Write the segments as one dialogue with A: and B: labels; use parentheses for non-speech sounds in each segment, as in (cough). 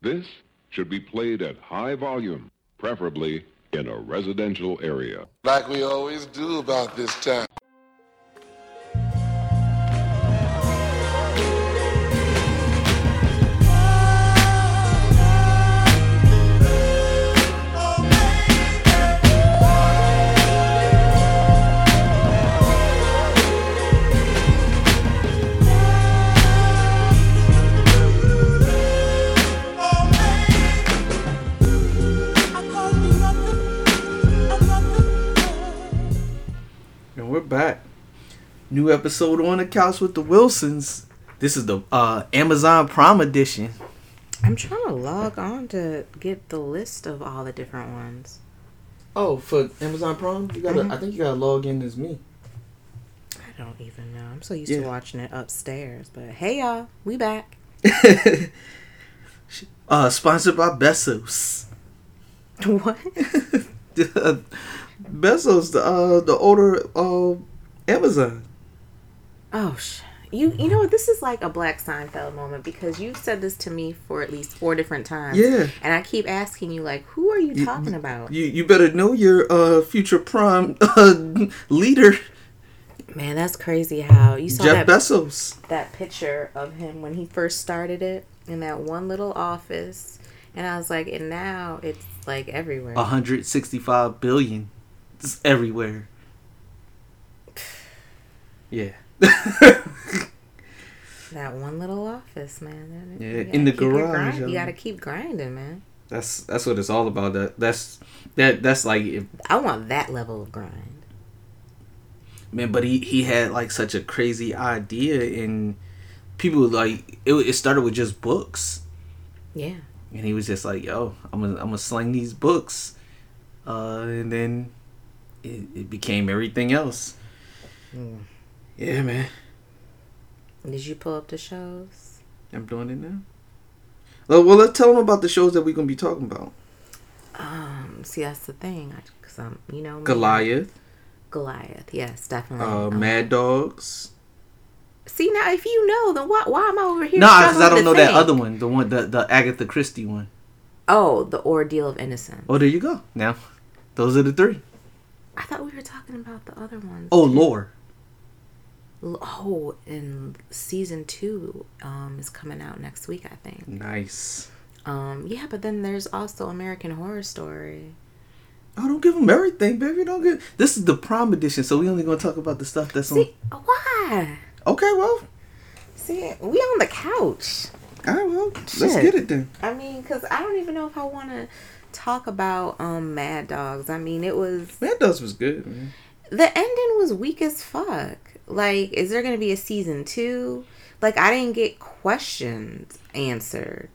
A: This should be played at high volume, preferably in a residential area.
B: like we always do about this time.
C: And we're back. New episode on the couch with the Wilsons. This is the uh, Amazon Prime edition.
D: I'm trying to log on to get the list of all the different ones.
C: Oh, for Amazon Prime, you gotta. I think you gotta log in as me.
D: I don't even know. I'm so used
C: Yeah.
D: to watching it upstairs. But hey, y'all, we back.
C: (laughs)
D: (laughs)
C: uh, sponsored by (laughs) Besos.
D: What?
C: Besos, the uh, the older uh, Amazon.
D: oh, sh- you you know what? This is like a Black Seinfeld moment because you've said this to me for at least four different times.
C: Yeah.
D: And I keep asking you, like, who are you
C: You-
D: talking about?
C: You you better know your uh future prime (laughs) uh, leader,
D: Man, that's crazy how you saw
C: Jeff
D: that
C: Bezos.
D: that picture of him when he first started it in that one little office, and I was like, and now it's like everywhere.
C: 165 billion. It's everywhere. Yeah.
D: That one little office, man. That-
C: Yeah,
D: you
C: in
D: gotta
C: the
D: keep your
C: garage, um,
D: grind-
C: y'all.
D: You gotta keep grinding, man.
C: (laughs) That's that's what it's all about. That that's that that's like if,
D: I want that level of grind.
C: man. But he he had like such a crazy idea, and people like it. It started with just books,
D: Yeah.
C: and he was just like, "Yo, I'm gonna I'm gonna sling these books," uh, and then it, it became everything else.
D: Mm.
C: Yeah, man.
D: Did you pull up the shows?
C: I'm doing it now. Well, well, let's tell them about the shows that we're gonna be talking about.
D: Um, see, that's the thing. I, Cause I'm, you know, me.
C: Goliath,
D: Goliath. Yes, definitely.
C: uh,
D: Um,
C: Mad Dogs.
D: See now, if you know, then why, why am I over here?
C: Nah, because I
D: struggling
C: don't
D: to
C: know that
D: think?
C: other one, the one, the the Agatha Christie one.
D: Oh, the ordeal of innocence.
C: Oh, there you go. Now, those are the three.
D: I thought we were talking about the other ones.
C: Oh, lore.
D: L- Oh, and season two um is coming out next week, I think.
C: Nice.
D: Um, yeah, but then there's also American Horror Story.
C: Oh, don't give them everything, baby. Don't give. This is the prime edition, so we only gonna talk about the stuff that's on.
D: See, why?
C: Okay, well,
D: See, we on the couch.
C: all right, well, let's
D: Shit.
C: get it then.
D: I mean, cause I don't even know if I want to talk about um Mad Dogs. I mean, it was
C: Mad Dogs was good,
D: (laughs)
C: man.
D: the ending was weak as fuck. Like, is there gonna be a season two? Like, I didn't get questions answered.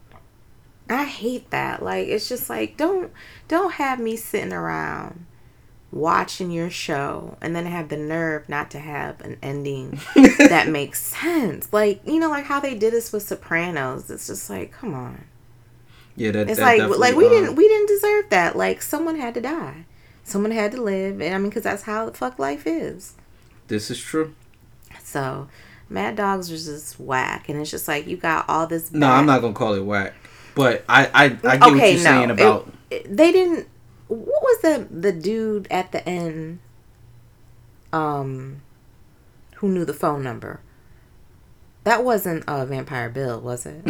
D: I hate that. Like, it's just like don't don't have me sitting around watching your show and then have the nerve not to have an ending that makes sense. Like, you know, like how they did this with Sopranos. It's just like, come on.
C: (laughs) Yeah, that.
D: It's
C: that
D: like
C: definitely,
D: like we
C: uh,
D: didn't we didn't deserve that. Like someone had to die. Someone had to live, and I mean, because that's how the fuck life is.
C: This is true.
D: So, Mad Dogs was just whack, and it's just like you got all this.
C: No, I'm not gonna call it whack, but I I, I get what you're saying
D: it-
C: about.
D: it- they didn't. What was the the dude at the end? Um, who knew the phone number? That wasn't uh, Vampire Bill, was it?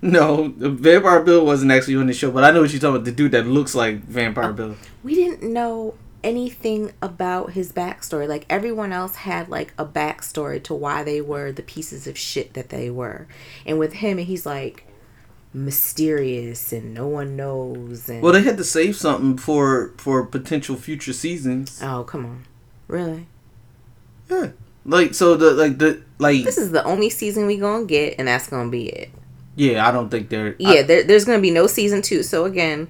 C: No, Vampire Bill wasn't actually on the show, but I know what you're talking about. The dude that looks like
D: Oh.
C: Vampire Bill.
D: we didn't know anything about his backstory. Like everyone else had like a backstory to why they were the pieces of shit that they were. And with him, he's like mysterious and no one knows. And
C: Well, they had to save something for for potential future seasons.
D: oh come on, really?
C: Yeah. Like so the like the like
D: This is the only season we gonna get, and that's gonna be it.
C: yeah, I don't think they're
D: Yeah, there, there's gonna be no season two. So again,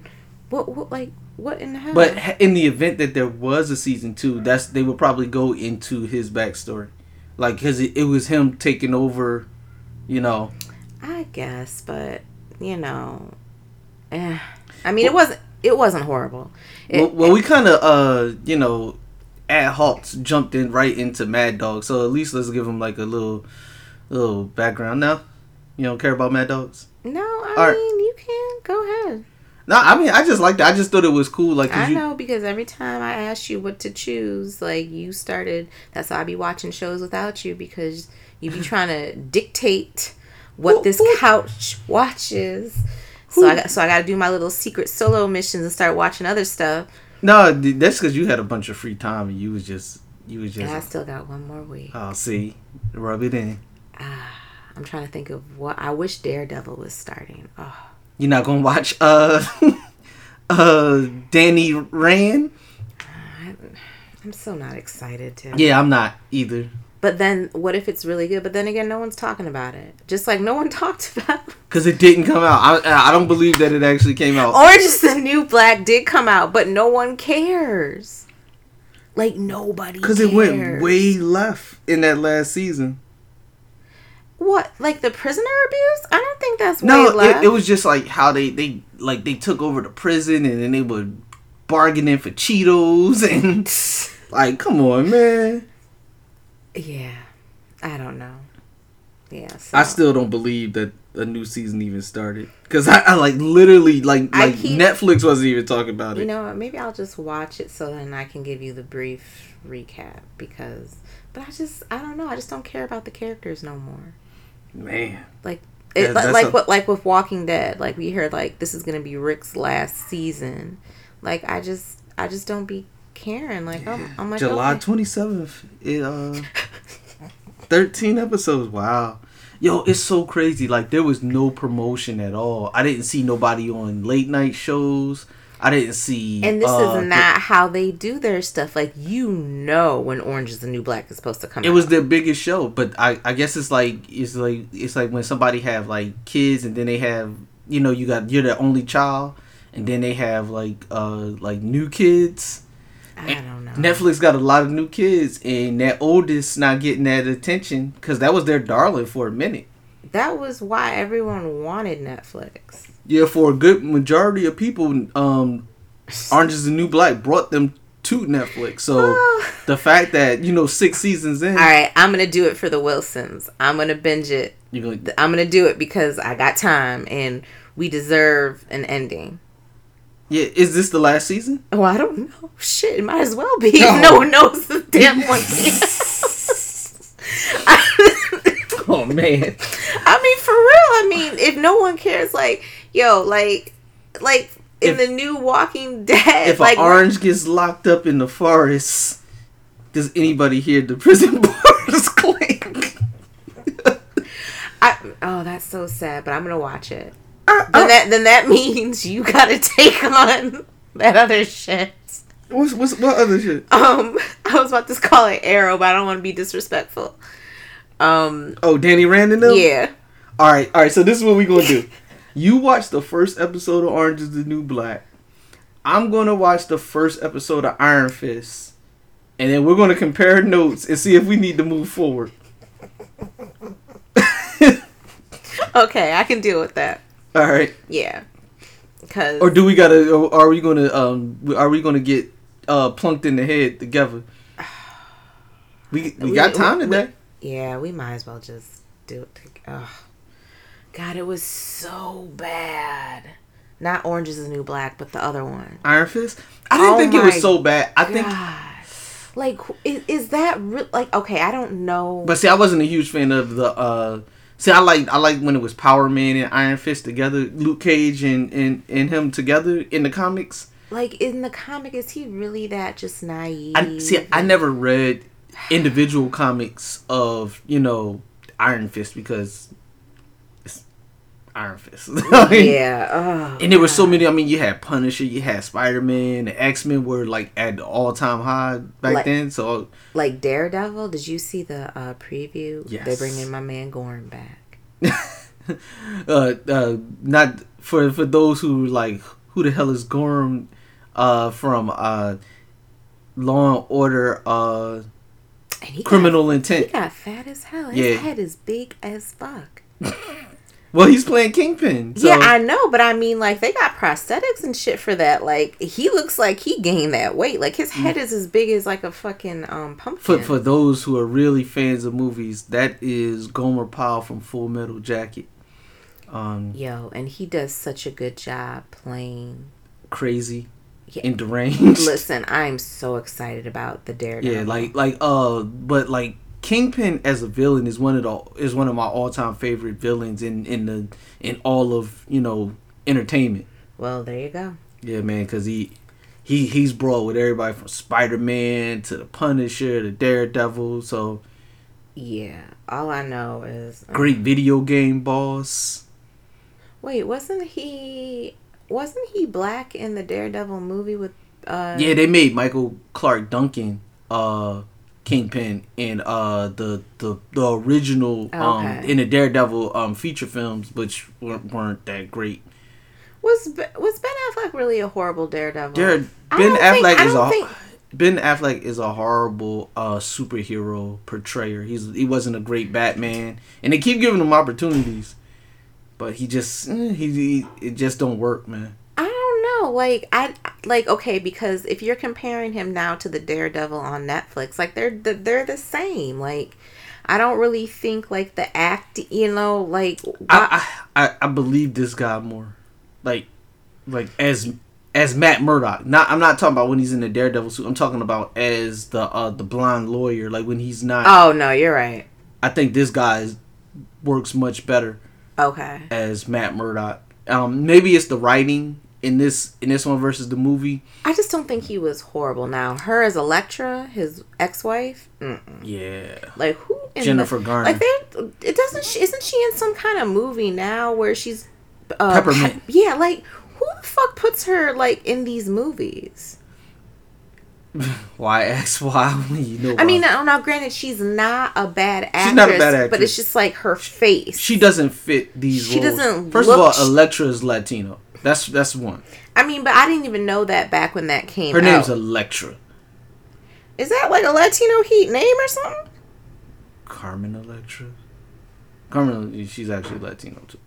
D: what, what like what in the hell?
C: But h- in the event that there was a season two, that's they would probably go into his backstory, like because it, it was him taking over, you know.
D: I guess, but you know, eh. I mean, it wasn't it wasn't horrible. It,
C: well, well, we kind of uh, you know, ad hoc jumped in right into Mad Dog, so at least let's give him like a little, little background now. You don't care about Mad Dogs?
D: No, I
C: All right.
D: mean you can. Go ahead.
C: No, I mean, I just liked it. I just thought it was cool. Like, 'cause
D: I
C: you,
D: know because every time I asked you what to choose, like you started. That's why I be watching shows without you because you
C: (laughs)
D: be trying to dictate what
C: Who-
D: this
C: who-
D: couch watches. So I got, so I got to do my little secret solo missions and start watching other stuff.
C: no, th- that's because you had a bunch of free time and you was just, you was
D: And I
C: just,
D: still got one more week.
C: oh, see, rub it in.
D: I'm trying to think of what I wish Daredevil was starting. Oh,
C: You're not gonna watch, uh, (laughs) uh, Danny Rand.
D: I'm so not excited to.
C: Yeah, I'm not either.
D: But then, what if it's really good? But then again, no one's talking about it. Just like no one (laughs) talked about
C: Cause it didn't come out. I I don't believe that it actually came out.
D: Orange is the New Black did come out, but no one cares. Like nobody.
C: Cause it went way left in that last season.
D: What? Like the prisoner abuse? I don't think that's way
C: No,
D: left.
C: it, it was just like how they they like they took over the prison and then they were bargaining for Cheetos (laughs) and like, come on, man.
D: Yeah, I don't know. Yeah, so.
C: I still don't believe that a new season even started because I, I like literally like
D: I
C: like
D: keep-
C: Netflix wasn't even talking about it.
D: You know what? Maybe I'll just watch it so then I can give you the brief recap because. But I just, I don't know. I just don't care about the characters no more.
C: man,
D: Like,
C: Yeah,
D: it,
C: that's
D: like
C: a-
D: what, like with Walking Dead. Like we heard, like this is gonna be Rick's last season. Like I just, I just don't be caring. Like I'm, I'm like
C: July
D: okay.
C: twenty seventh. It uh, thirteen episodes. Wow. Yo, it's so crazy. Like there was no promotion at all. I didn't see nobody on late night shows. I didn't see.
D: And this
C: uh,
D: is not how they do their stuff. Like you know when Orange is the New Black is supposed to come.
C: it was
D: out.
C: their biggest show but I, I guess it's like it's like it's like when somebody have like kids and then they have you know you got you're the only child and then they have like uh like new kids
D: I don't know.
C: netflix got a lot of new kids and that oldest not getting that attention because that was their darling for a minute
D: That was why everyone wanted Netflix.
C: yeah for a good majority of people um orange is the new black brought them to netflix (sighs) so
D: Oh.
C: the fact that you know six seasons in
D: All right, I'm gonna do it for the Wilsons. I'm gonna binge it.
C: you're going
D: Th- I'm gonna do it because I got time and we deserve an ending.
C: yeah is this the last season
D: Oh, I don't know. Shit, it might as well be.
C: No.
D: (laughs) No, one knows the
C: (laughs)
D: damn one. I
C: (laughs) Oh man.
D: mean, for real. (laughs) I mean, if no one cares, like, yo, like, like in
C: If-
D: the new Walking Dead,
C: If
D: like,
C: an orange gets locked up in the forest, does anybody hear the prison (laughs) bars clink?
D: I, oh, that's so sad. But I'm gonna watch it.
C: I- I-
D: Then that then that (laughs) means you gotta take on that other shit.
C: what's, what's what other shit?
D: Um, I was about to call it Arrow, but I don't want to be disrespectful. Um,
C: Oh, Danny Rand and them?
D: yeah.
C: All right, all right. So this is what we're gonna do. (laughs) you watch the first episode of Orange Is the New Black. I'm gonna watch the first episode of Iron Fist, and then we're gonna compare notes and see if we need to move forward.
D: Okay, I can deal with that.
C: All right.
D: Yeah. Cause
C: Or do we gotta? Or are we gonna? Um, are we gonna get uh plunked in the head together? (sighs) We we,
D: We-
C: got time
D: we-
C: today.
D: yeah, we might as well just do it. to- Ugh. God, it was so bad. Not Orange is the New Black, but the other one.
C: Iron Fist. I didn't
D: Oh
C: think it was
D: my
C: so bad. I think,
D: God. Like, is, is that real? Like, okay, I don't know.
C: but see, I wasn't a huge fan of the. uh See, I like I like when it was Power Man and Iron Fist together, Luke Cage and and and him together in the comics.
D: like, in the comic, is he really that just naive?
C: I see. I never read individual comics of you know Iron Fist because it's Iron Fist. (laughs)
D: yeah. Oh,
C: And there were so many. I mean, you had Punisher, you had Spider Man, the X Men were like at the all time high back
D: Like-
C: then. So
D: like Daredevil. Did you see the uh, preview?
C: Yes.
D: They're bringing my man Gorn back.
C: uh, uh, not for for those who like who the hell is Gorm uh, from uh, Law and Order uh,
D: And he got-
C: Criminal
D: he
C: Intent.
D: got fat as hell. His
C: Yeah.
D: head is big as fuck.
C: Well, he's playing Kingpin. So,
D: yeah, I know, but I mean, like, they got prosthetics and shit for that. Like, he looks like he gained that weight. Like, his head is as big as like a fucking um
C: for
D: pumpkin.
C: for those who are really fans of movies, that is Gomer Pyle from Full Metal Jacket. um,
D: Yo, and he does such a good job playing.
C: (laughs) crazy
D: Yeah.
C: and deranged.
D: Listen, I'm so excited about the Daredevil.
C: Yeah, like like uh, but like Kingpin as a villain is one of the is one of my all time favorite villains in in the in all of you know entertainment.
D: well, there you go.
C: Yeah, man, because he he he's broad with everybody from Spider Man to the Punisher to Daredevil. So
D: Yeah, all I know is um,
C: great video game boss.
D: Wait, wasn't he wasn't he black in the Daredevil movie with uh
C: Yeah, they made Michael Clark Duncan uh Kingpin in uh the the the original um
D: Okay.
C: in the Daredevil um feature films, which weren't, weren't that great.
D: was Be- was Ben Affleck really a horrible Daredevil?
C: Jared,
D: I
C: Ben
D: don't
C: Affleck
D: think- I
C: is a
D: don't think-
C: Ben Affleck is a horrible uh, superhero portrayer. He's he wasn't a great Batman, and they keep giving him opportunities, but he just eh, he, he it just don't work, man.
D: I don't know. Like I like okay because if you're comparing him now to the Daredevil on Netflix, like they're the, they're the same. Like I don't really think like the act, you know, like
C: I I, I, I believe this guy more, like like as as Matt Murdock. Not I'm not talking about when he's in the Daredevil suit. I'm talking about as the uh the blonde lawyer. Like when he's not.
D: Oh no, you're right.
C: I think this guy is, works much better.
D: Okay.
C: as Matt Murdock. Um, maybe it's the writing in this in this one versus the movie.
D: I just don't think he was horrible. Now, her as Electra, his ex-wife, mm-mm.
C: Yeah,
D: like who? In
C: Jennifer
D: the,
C: Garner.
D: Like, there, it doesn't. She, isn't she in some kind of movie now where she's uh,
C: Peppermint.
D: pe- yeah, like who the fuck puts her like in these movies?
C: why (laughs) ask why when you know?
D: I mean,
C: why?
D: now, now granted, she's not a bad actress,
C: She's not a bad
D: but
C: actress.
D: it's just like her face.
C: she doesn't fit these.
D: uh, she
C: roles.
D: doesn't
C: First
D: look-
C: of all, Electra is Latino. That's that's one.
D: I mean, but I didn't even know that back when that came.
C: Her name's
D: out.
C: Electra
D: Is that like a Latino heat name or something?
C: Carmen Electra. Carmen, she's actually Latino too.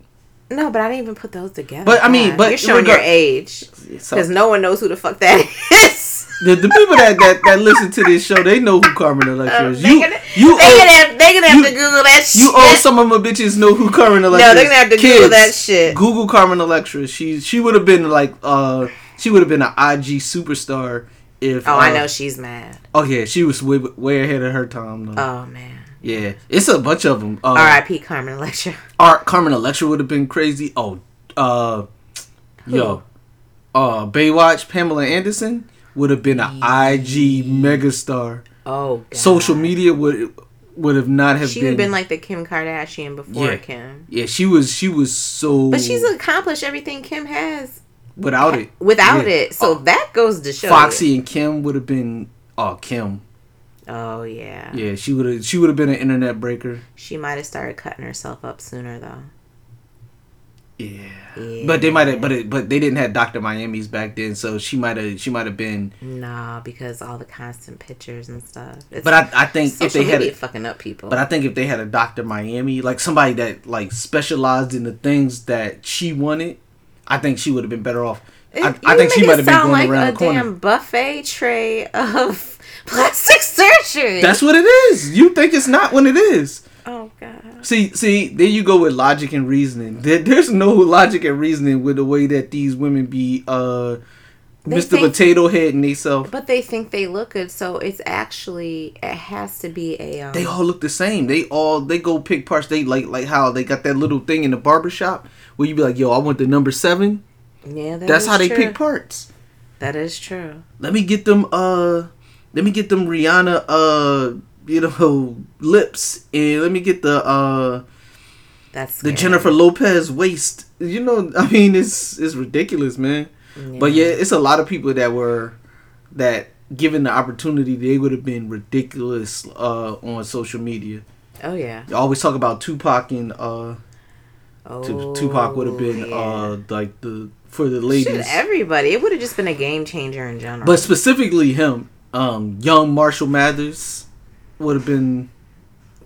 D: No, but I didn't even put those together.
C: But, I mean,
D: God,
C: but
D: you're showing
C: regard-
D: your age.
C: So
D: because no one knows who the fuck that (laughs) is.
C: the, the people that, that that listen to this show, they know who Carmen Electra is. You
D: Um, they gonna,
C: you
D: they gonna
C: owe,
D: have, they gonna have
C: you-
D: to Google that shit.
C: you owe some of my bitches know who Carmen Electra.
D: no,
C: is.
D: they're gonna have to
C: Kids,
D: Google that shit.
C: Google Carmen Electra. She she would have been like uh she would have been an IG superstar if
D: Oh, I
C: uh,
D: know she's mad.
C: Oh yeah, she was way, way ahead of her time though.
D: Oh man.
C: yeah, it's a bunch of them. Uh,
D: R.I.P. Carmen Electra.
C: Art Carmen Electra would have been crazy. Oh, uh, yo, uh, Baywatch Pamela Anderson would have been an IG megastar.
D: Oh, God.
C: Social media would would have not have
D: She would
C: been,
D: have been like the Kim Kardashian before
C: Yeah.
D: Kim.
C: yeah she was she was so
D: But she's accomplished everything Kim has
C: without it
D: without
C: Yeah. Oh.
D: it. So that goes to show.
C: Foxy and Kim would have been oh Kim
D: Oh yeah.
C: Yeah, she would have. She would have been an internet breaker.
D: She might have started cutting herself up sooner though.
C: Yeah.
D: Yeah.
C: But they might have. But it, but they didn't have Doctor Miami's back then, so she might have. She might have been.
D: Nah, because all the constant pictures and stuff. It's
C: But I, I think if
D: social
C: they had.
D: media
C: A,
D: fucking up people.
C: but I think if they had a Doctor Miami, like somebody that like specialized in the things that she wanted, I think she would have been better off. I,
D: You
C: I think she
D: make
C: might
D: it
C: have been
D: sound
C: going
D: like
C: around
D: a
C: the corner.
D: damn buffet tray of (laughs) plastic surgery.
C: That's what it is. You think it's not when it is.
D: oh god.
C: See, see, there you go with logic and reasoning. There, there's no logic and reasoning with the way that these women be, uh,
D: They
C: Mr.
D: think-
C: Potato Head and theyself.
D: But they think they look good, so it's actually it has to be a. Um,
C: they all look the same. They all they go pick parts. They like like how they got that little thing in the barber shop where you be like, "Yo, I want the number seven.
D: yeah, that
C: That's
D: is
C: how they
D: true.
C: pick parts.
D: That is true.
C: Let me get them. Uh, let me get them Rihanna. Uh, you know, (laughs) lips, and let me get the uh
D: That's
C: the
D: scary.
C: Jennifer Lopez waist. You know, I mean, it's it's ridiculous, man. But yeah, it's a lot of people that were that given the opportunity, they would have been ridiculous uh on social media.
D: Oh yeah.
C: You always talk about Tupac and uh.
D: Oh.
C: Tu- Tupac would have been
D: yeah.
C: uh like the for the
D: Shit,
C: ladies,
D: everybody. It would have just been a game changer in general.
C: but specifically him. Um, young Marshall Mathers would have been.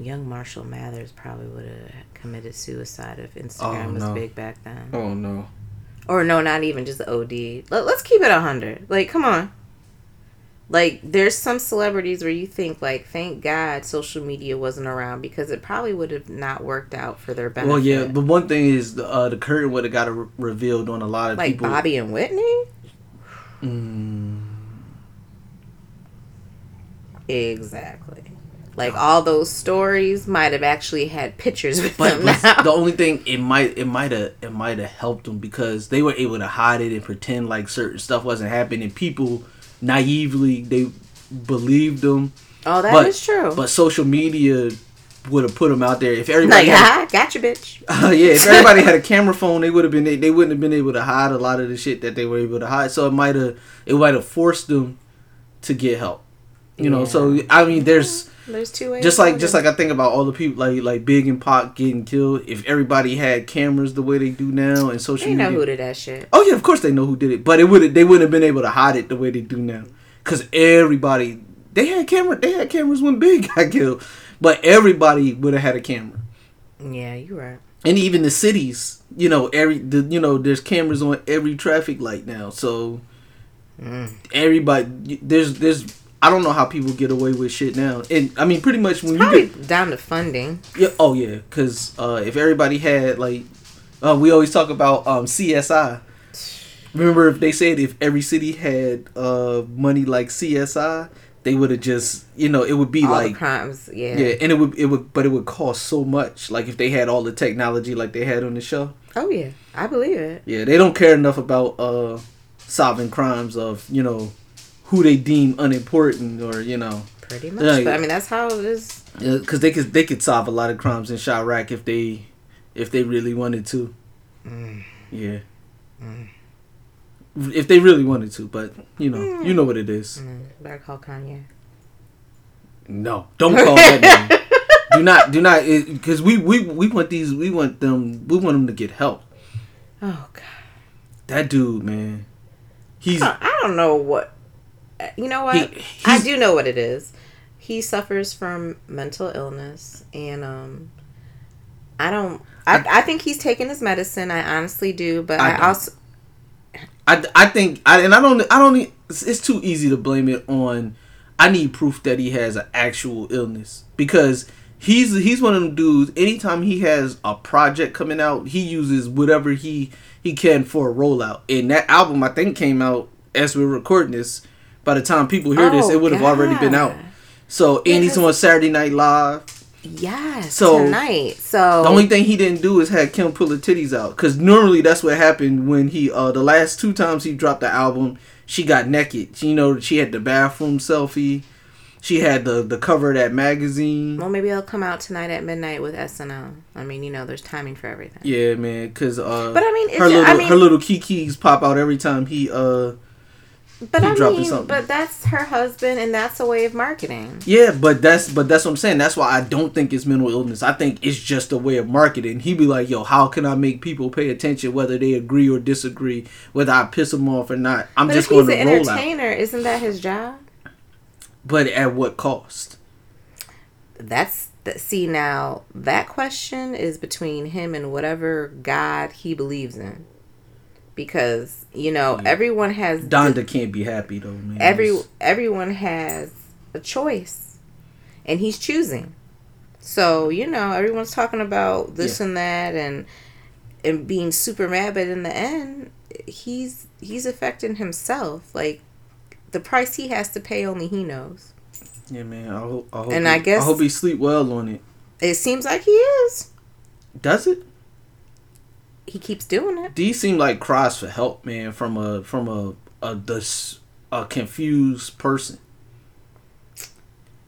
D: young Marshall Mathers probably would have committed suicide if Instagram
C: Oh,
D: was
C: no.
D: big back then.
C: Oh no!
D: or no, not even just OD. Let, let's keep it a hundred. Like, come on. Like there's some celebrities where you think like, thank God social media wasn't around because it probably would have not worked out for their benefit.
C: Well, yeah, but one thing is the, uh, the curtain would have got re- revealed on a lot of
D: like
C: people.
D: Bobby and Whitney.
C: Mm,
D: Exactly. Like all those stories might have actually had pictures with
C: but
D: (laughs) them
C: let's-
D: now.
C: the only thing it might it might have it might have helped them because they were able to hide it and pretend like certain stuff wasn't happening. People naively they believed them,
D: oh, that is
C: but-
D: true.
C: but social media would have put them out there. If
D: (laughs) like,
C: everybody, had-
D: ha, gotcha, bitch.
C: (laughs) yeah, if
D: (laughs)
C: everybody had a camera phone, they would have been they, they wouldn't have been able to hide a lot of the shit that they were able to hide. So it might have it might have forced them to get help. You know, so I mean, there's
D: There's two ways.
C: just
D: to
C: like
D: look
C: just
D: at
C: like I think about all the people like like Big and Pac getting killed. If everybody had cameras the way they do now and
D: it.
C: social
D: they know
C: media,
D: who did that shit.
C: oh yeah, of course they know who did it, but it would they wouldn't have been able to hide it the way they do now because everybody they had camera they had cameras when Big (laughs) got killed, but everybody would have had a camera
D: Yeah, you're right.
C: and even the cities, you know, every the, you know, there's cameras on every traffic light now. So everybody, there's there's I don't know how people get away with shit now. And I mean, pretty much when you
D: Probably
C: get
D: down to funding.
C: yeah, oh yeah, because uh, if everybody had like, uh, we always talk about um, CSI. Remember, if they said if every city had uh, money like CSI, they would have just you know it would be
D: All
C: like
D: the crimes. Yeah.
C: yeah, and it would it would but it would cost so much. Like if they had all the technology like they had on the show,
D: Oh yeah, I believe it.
C: yeah, they don't care enough about uh, solving crimes of you know who they deem unimportant or you know
D: Pretty much.
C: Yeah,
D: but
C: yeah.
D: I mean, that's how it is.
C: because Uh, they could they could solve a lot of crimes in Chirac if they if they really wanted to. Yeah. If they really wanted to, but you know, you know what it is.
D: Mm, Better call Kanye.
C: No, don't call (laughs) that name. Do not, do not, because we we we want these, we want them, we want them to get help.
D: Oh god.
C: That dude, man, he's
D: I don't- I don't know what. uh, You know what?
C: He-
D: I
C: he's-
D: do know what it is. He suffers from mental illness, and um, I don't. I, I think he's taking his medicine. I honestly do, but
C: I
D: I,
C: don't.
D: also
C: I, I think I, and I don't I don't e- it's, it's too easy to blame it on I need proof that he has an actual illness because he's he's one of them dudes anytime he has a project coming out he uses whatever he he can for a rollout and that album I think came out as we were recording this by the time people hear this
D: Oh,
C: it would have already been out
D: God.
C: so and he's
D: Because-
C: on Saturday Night Live
D: yes
C: So-
D: tonight. So
C: the only thing he didn't do is had Kim pull her titties out, because normally that's what happened when he uh the last two times he dropped the album, she got naked. You know, she had the bathroom selfie, she had the the cover of that magazine.
D: well, maybe he'll come out tonight at midnight with SNL. I mean, you know, there's timing for everything.
C: Yeah, man, because uh,
D: But I mean, it's
C: her
D: ju- I
C: little
D: mean-
C: her little kikis pop out every time he uh
D: but
C: he
D: I
C: dropping
D: mean,
C: something.
D: but that's her husband, and that's a way of marketing.
C: yeah, but that's but that's what I'm saying. That's why I don't think it's mental illness. I think it's just a way of marketing. He be like, yo, how can I make people pay attention whether they agree or disagree, whether I piss them off or not? I'm
D: But
C: just
D: if
C: going
D: he's an
C: to roll out.
D: entertainer, isn't that his job?
C: but at what cost?
D: that's th- see now that question is between him and whatever god he believes in because you know everyone has
C: Donda can't be happy though, man.
D: every everyone has a choice and he's choosing so you know everyone's talking about this and that and and being super mad but in the end he's he's affecting himself like the price he has to pay only he knows
C: yeah, man. I hope, I hope
D: And
C: he,
D: I guess-
C: I hope he sleep well on it.
D: it seems like he is
C: Does it?
D: he keeps doing it
C: These seem like cries for help, man, from a from a a this a confused person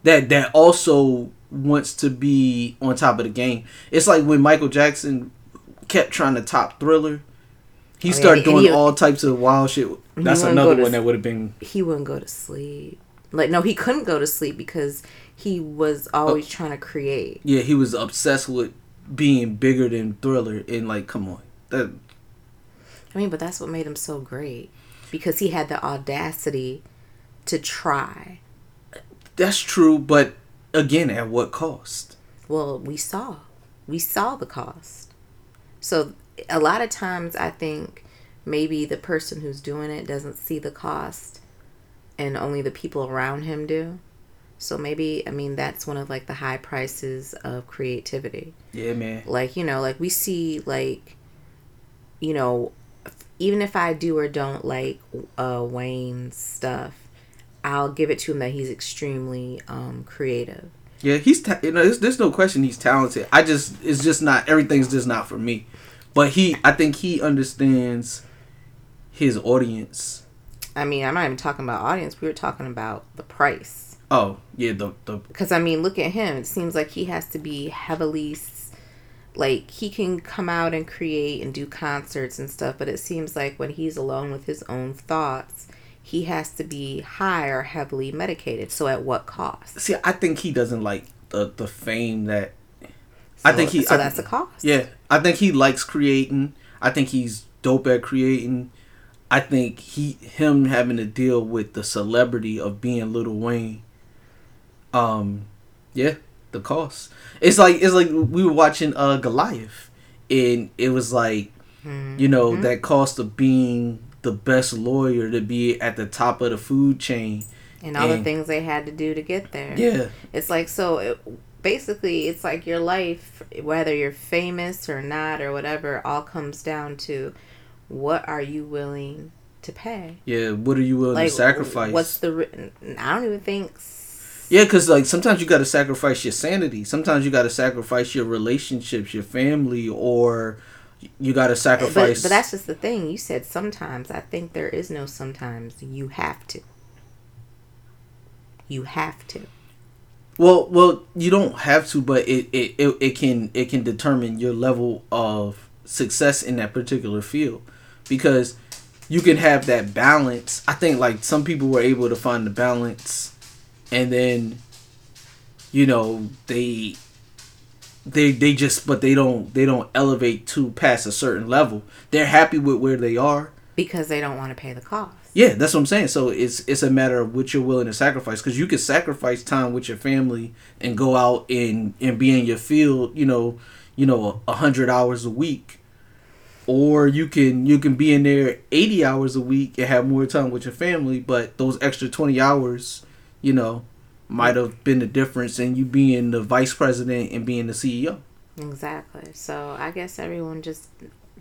C: that that also wants to be on top of the game. It's like when Michael Jackson kept trying to top Thriller. He
D: Oh, yeah,
C: started
D: and
C: doing
D: he-
C: all types of wild shit. That's
D: wouldn't go
C: another
D: to
C: one
D: s-
C: that would have been
D: he wouldn't go to sleep. Like no, he couldn't go to sleep because he was always trying to create.
C: Yeah, he was obsessed with being bigger than Thriller, and like, come on, that
D: I mean, but that's what made him so great because he had the audacity to try.
C: that's true. But again, at what cost?
D: Well, we saw. We saw the cost. So a lot of times I think maybe the person who's doing it doesn't see the cost and only the people around him do. So maybe I mean that's one of like the high prices of creativity.
C: Yeah, man.
D: Like, you know, like we see like you know, even if I do or don't like uh Wayne's stuff, I'll give it to him that he's extremely um creative.
C: Yeah, he's ta- you know there's, there's no question he's talented. I just it's just not everything's just not for me. But he I think he understands his audience.
D: I mean, I'm not even talking about audience. We were talking about the price.
C: Oh, yeah, the the
D: Because I mean, look at him. It seems like he has to be heavily, s- like he can come out and create and do concerts and stuff. But it seems like when he's alone with his own thoughts, he has to be high or heavily medicated. So at what cost?
C: See, I think he doesn't like the the fame that I think
D: So-
C: he
D: So
C: I-
D: that's a cost.
C: Yeah, I think he likes creating. I think he's dope at creating. I think he him having to deal with the celebrity of being Little Wayne. Um, yeah, the cost. It's like it's like we were watching uh Goliath, and it was like, you know, that cost of being the best lawyer to be at the top of the food chain.
D: And all the
C: And-
D: things they had to do to get there.
C: Yeah,
D: It's like so. It, basically, it's like your life, whether you're famous or not or whatever, all comes down to what are you willing to pay.
C: yeah. What are you willing
D: Like
C: to sacrifice?
D: What's the? ri- I don't even think. s-
C: Yeah, because like sometimes you got to sacrifice your sanity. Sometimes you got to sacrifice your relationships, your family, or you got to
D: But,
C: sacrifice.
D: but that's just the thing. You said sometimes. I think there is no sometimes. You have to. You have to.
C: well, well, you don't have to, but it it, it it can it can determine your level of success in that particular field because you can have that balance. I think like some people were able to find the balance, and then you know they they they just but they don't they don't elevate to past a certain level. They're happy with where they are.
D: Because they don't want to pay the cost.
C: Yeah, that's what I'm saying. So it's it's a matter of what you're willing to sacrifice because you can sacrifice time with your family and go out and and be in your field. You know, you know, a hundred hours a week, or you can you can be in there eighty hours a week and have more time with your family. But those extra twenty hours, you know, might have been the difference in you being the vice president and being the E CEO.
D: Exactly. So I guess everyone just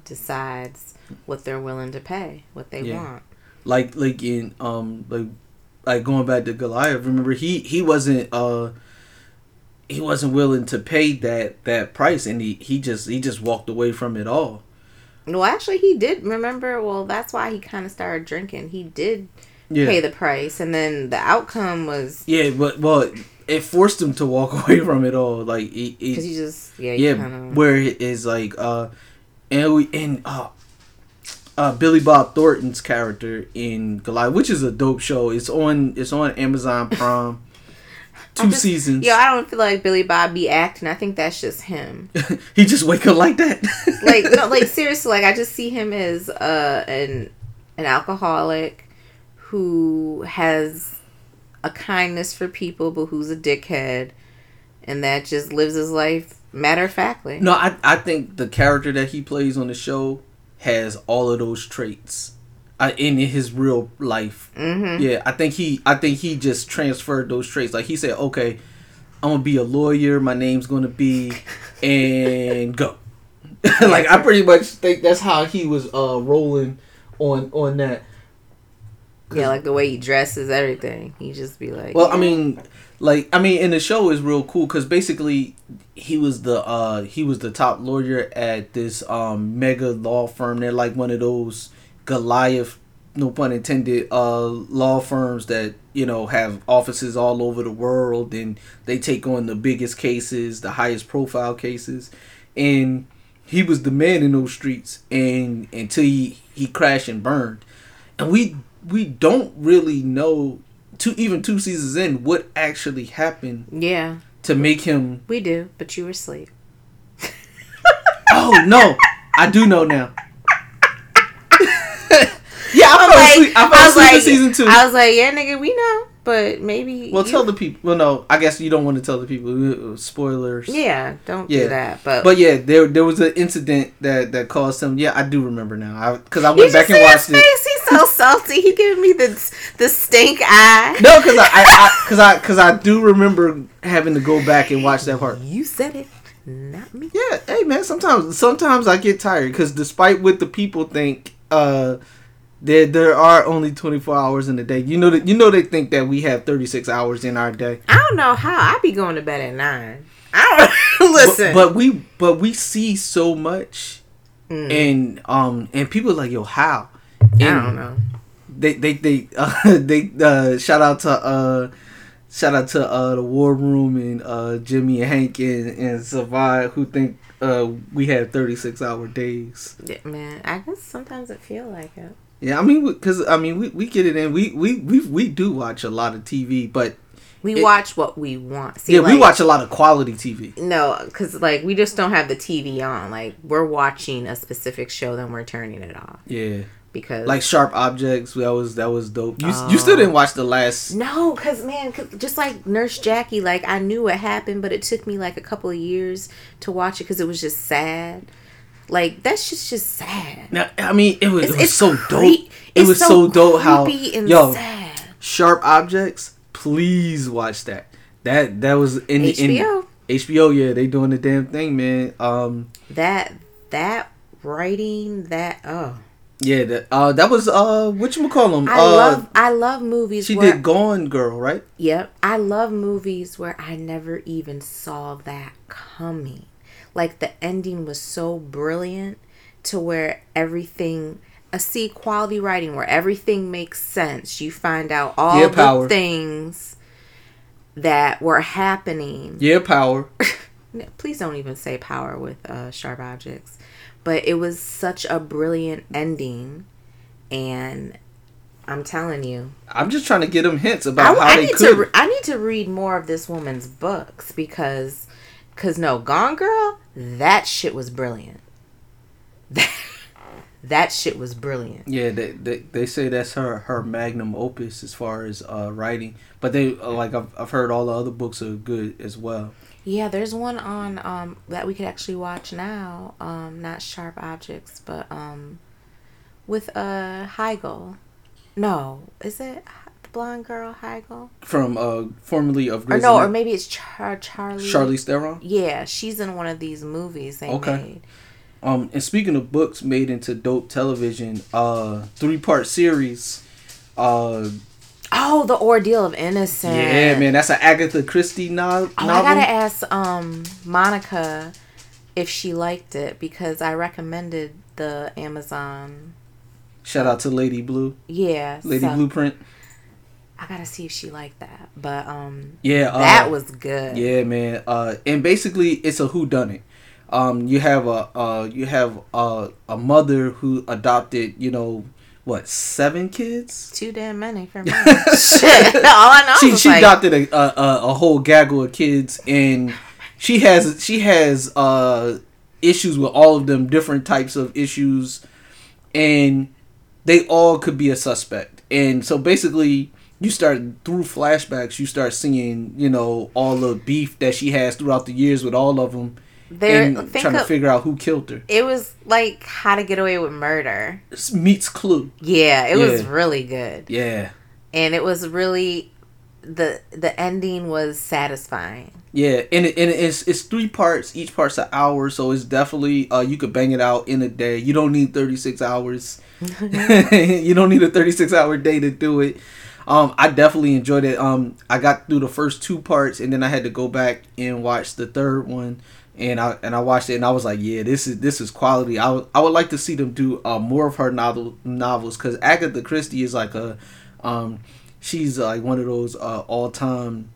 D: decides what they're willing to pay, what they
C: Yeah.
D: want.
C: like like in um like like going back to Goliath. Remember he he wasn't uh he wasn't willing to pay that that price, and he he just he just walked away from it all.
D: Well, actually, he did remember. Well, that's why he kind of started drinking. He did
C: Yeah,
D: pay the price, and then the outcome was
C: yeah, but well, it forced him to walk (laughs) away from it all. Like he, he-
D: because you just yeah,
C: yeah,
D: you kind of
C: where it is like uh and we and uh. Uh, Billy Bob Thornton's character in Goliath, which is a dope show. It's on it's on Amazon
D: (laughs)
C: Prime. Two seasons.
D: Yo, I don't feel like Billy Bob be acting. I think that's just him.
C: he just wake up like that.
D: (laughs) Like no, like seriously, like I just see him as uh an an alcoholic who has a kindness for people, but who's a dickhead, and that just lives his life matter of factly.
C: (laughs) No, I I think the character that he plays on the show has all of those traits. I, in his real life,
D: Mm-hmm.
C: yeah, I think he, I think he just transferred those traits. Like he said, okay, I'm gonna be a lawyer. My name's gonna
D: (laughs)
C: be, and go. (laughs) like I pretty much think that's how he was uh rolling on on that.
D: Yeah, like the way he dresses, everything. He just be like,
C: Well, I mean, like I mean, in the show is real cool because basically he was the uh he was the top lawyer at this um mega law firm. They're like one of those Goliath, no pun intended, uh law firms that you know have offices all over the world and they take on the biggest cases, the highest profile cases, and he was the man in those streets and until he he crashed and burned and we we don't really know two even two seasons in what actually happened
D: yeah,
C: to make him
D: we do, but you were asleep.
C: oh no i do know now (laughs) yeah i fell
D: I'm like,
C: asleep i
D: I
C: fell
D: was
C: asleep
D: like,
C: in season two
D: I was like, yeah, nigga, we know, but maybe.
C: well
D: you-
C: tell the people well no i guess you don't want to tell the people Uh, spoilers
D: (laughs) Yeah, don't
C: Yeah.
D: do that. But,
C: but yeah there there was an incident that that caused him yeah i do remember now because I, 'cause I
D: you
C: went
D: just
C: back
D: see
C: and
D: his
C: watched it
D: face. He's so so salty. He giving me the the stink eye.
C: No, because I, I, I, cause I, cause I do remember having to go back and watch that part.
D: You said it, not me.
C: Yeah, hey man, sometimes, sometimes I get tired because despite what the people think, uh, there there are only twenty four hours in a day. You know that you know they think that we have thirty six hours in our day.
D: I don't know how I be going to bed at nine. I don't (laughs) listen.
C: But, but we but we see so much, and um and people are like yo how and
D: I don't know.
C: they they they (laughs) uh, they uh, shout out to uh shout out to uh the war room and uh Jimmy and Hank and and Savai who think uh we had thirty six hour days.
D: Yeah, man, I guess sometimes it feel like it.
C: Yeah, I mean because I mean we, we get it in we we we we do watch a lot of TV, but
D: We
C: It-
D: watch what we want. See,
C: yeah we
D: like-
C: watch a lot of quality TV.
D: No, because like we just don't have the TV on. Like we're watching a specific show, then we're turning it off
C: Yeah.
D: because
C: like sharp objects. That was that was dope. You you
D: Oh.
C: still didn't watch the last.
D: no, because man, 'cause just like Nurse Jackie, like I knew it happened, but it took me like a couple of years to watch it because it was just sad. Like that's just just sad.
C: Now, I mean, it was, it was
D: It's
C: so
D: cre-
C: dope. It
D: it's
C: was so, dope how
D: creepy and
C: yo
D: sad.
C: sharp objects. Please watch that. That that was in the
D: HBO.
C: in, HBO. Yeah, they doing the damn thing, man. Um,
D: that that writing that oh
C: yeah, that uh, that was uh, what you call them?
D: I
C: uh,
D: love I love movies.
C: she
D: where,
C: did Gone Girl, right?
D: Yep. I love movies where I never even saw that coming. Like the ending was so brilliant to where everything I see quality writing where everything makes sense. You find out all
C: Yeah,
D: the
C: power.
D: things that were happening.
C: Yeah, Power.
D: N- Please don't even say power with uh, sharp objects. But it was such a brilliant ending and I'm telling you,
C: I'm just trying to get them hints
D: I,
C: about how
D: I
C: they
D: need
C: could.
D: to re- I need to read more of this woman's books because cuz no Gone Girl that shit was brilliant. (laughs) That, that shit was brilliant.
C: Yeah, they, they they say that's her her magnum opus as far as uh, writing, but they uh, like I've I've heard all the other books are good as well.
D: Yeah, there's one on um that we could actually watch now, um not Sharp Objects, but um with uh Heigl. No, is it H- the blonde girl Heigl?
C: From uh formerly of
D: Or
C: Grey's
D: no, or
C: no,
D: maybe it's Char- Charlie.
C: Charlize Theron.
D: Yeah, she's in one of these movies they
C: Okay.
D: made.
C: Um, and speaking of books made into dope television, uh, three part series, uh,
D: Oh, the ordeal of innocence.
C: yeah, man, that's an Agatha Christie no-
D: Oh, I
C: novel.
D: gotta ask um Monica if she liked it because I recommended the Amazon.
C: Shout out to Lady Blue,
D: Yeah,
C: Lady
D: so
C: Blueprint.
D: I gotta see if she liked that, but um,
C: Yeah, uh,
D: that was good.
C: Yeah, man. Uh, and basically, it's a whodunit. Um, you have a uh, you have a, a mother who adopted, you know, what seven kids?
D: Too damn many for
C: (laughs)
D: me. Shit, (laughs) all I know
C: She
D: is
C: she
D: like,
C: adopted a, a a- a whole gaggle of kids, and she has she has uh issues with all of them, different types of issues, and they all could be a suspect. And so basically, you start through flashbacks, you start seeing, you know, all the beef that she has throughout the years with all of them,
D: There-
C: and
D: think
C: trying to
D: of-
C: figure out who killed her.
D: it was like how to get away with murder.
C: It's meets Clue.
D: Yeah, it was
C: Yeah.
D: really good,
C: Yeah,
D: and it was really the the ending was satisfying.
C: yeah, and it, and it's it's three parts. Each part's an hour, so it's definitely uh you could bang it out in a day. You don't need thirty six hours. (laughs) you don't need a thirty six hour day to do it. Um, I definitely enjoyed it. Um, I got through the first two parts, and then I had to go back and watch the third one. And I and I watched it, and I was like, yeah, this is this is quality. I would- I would like to see them do uh, more of her novel novels because Agatha Christie is like a, um, she's like one of those uh, all time,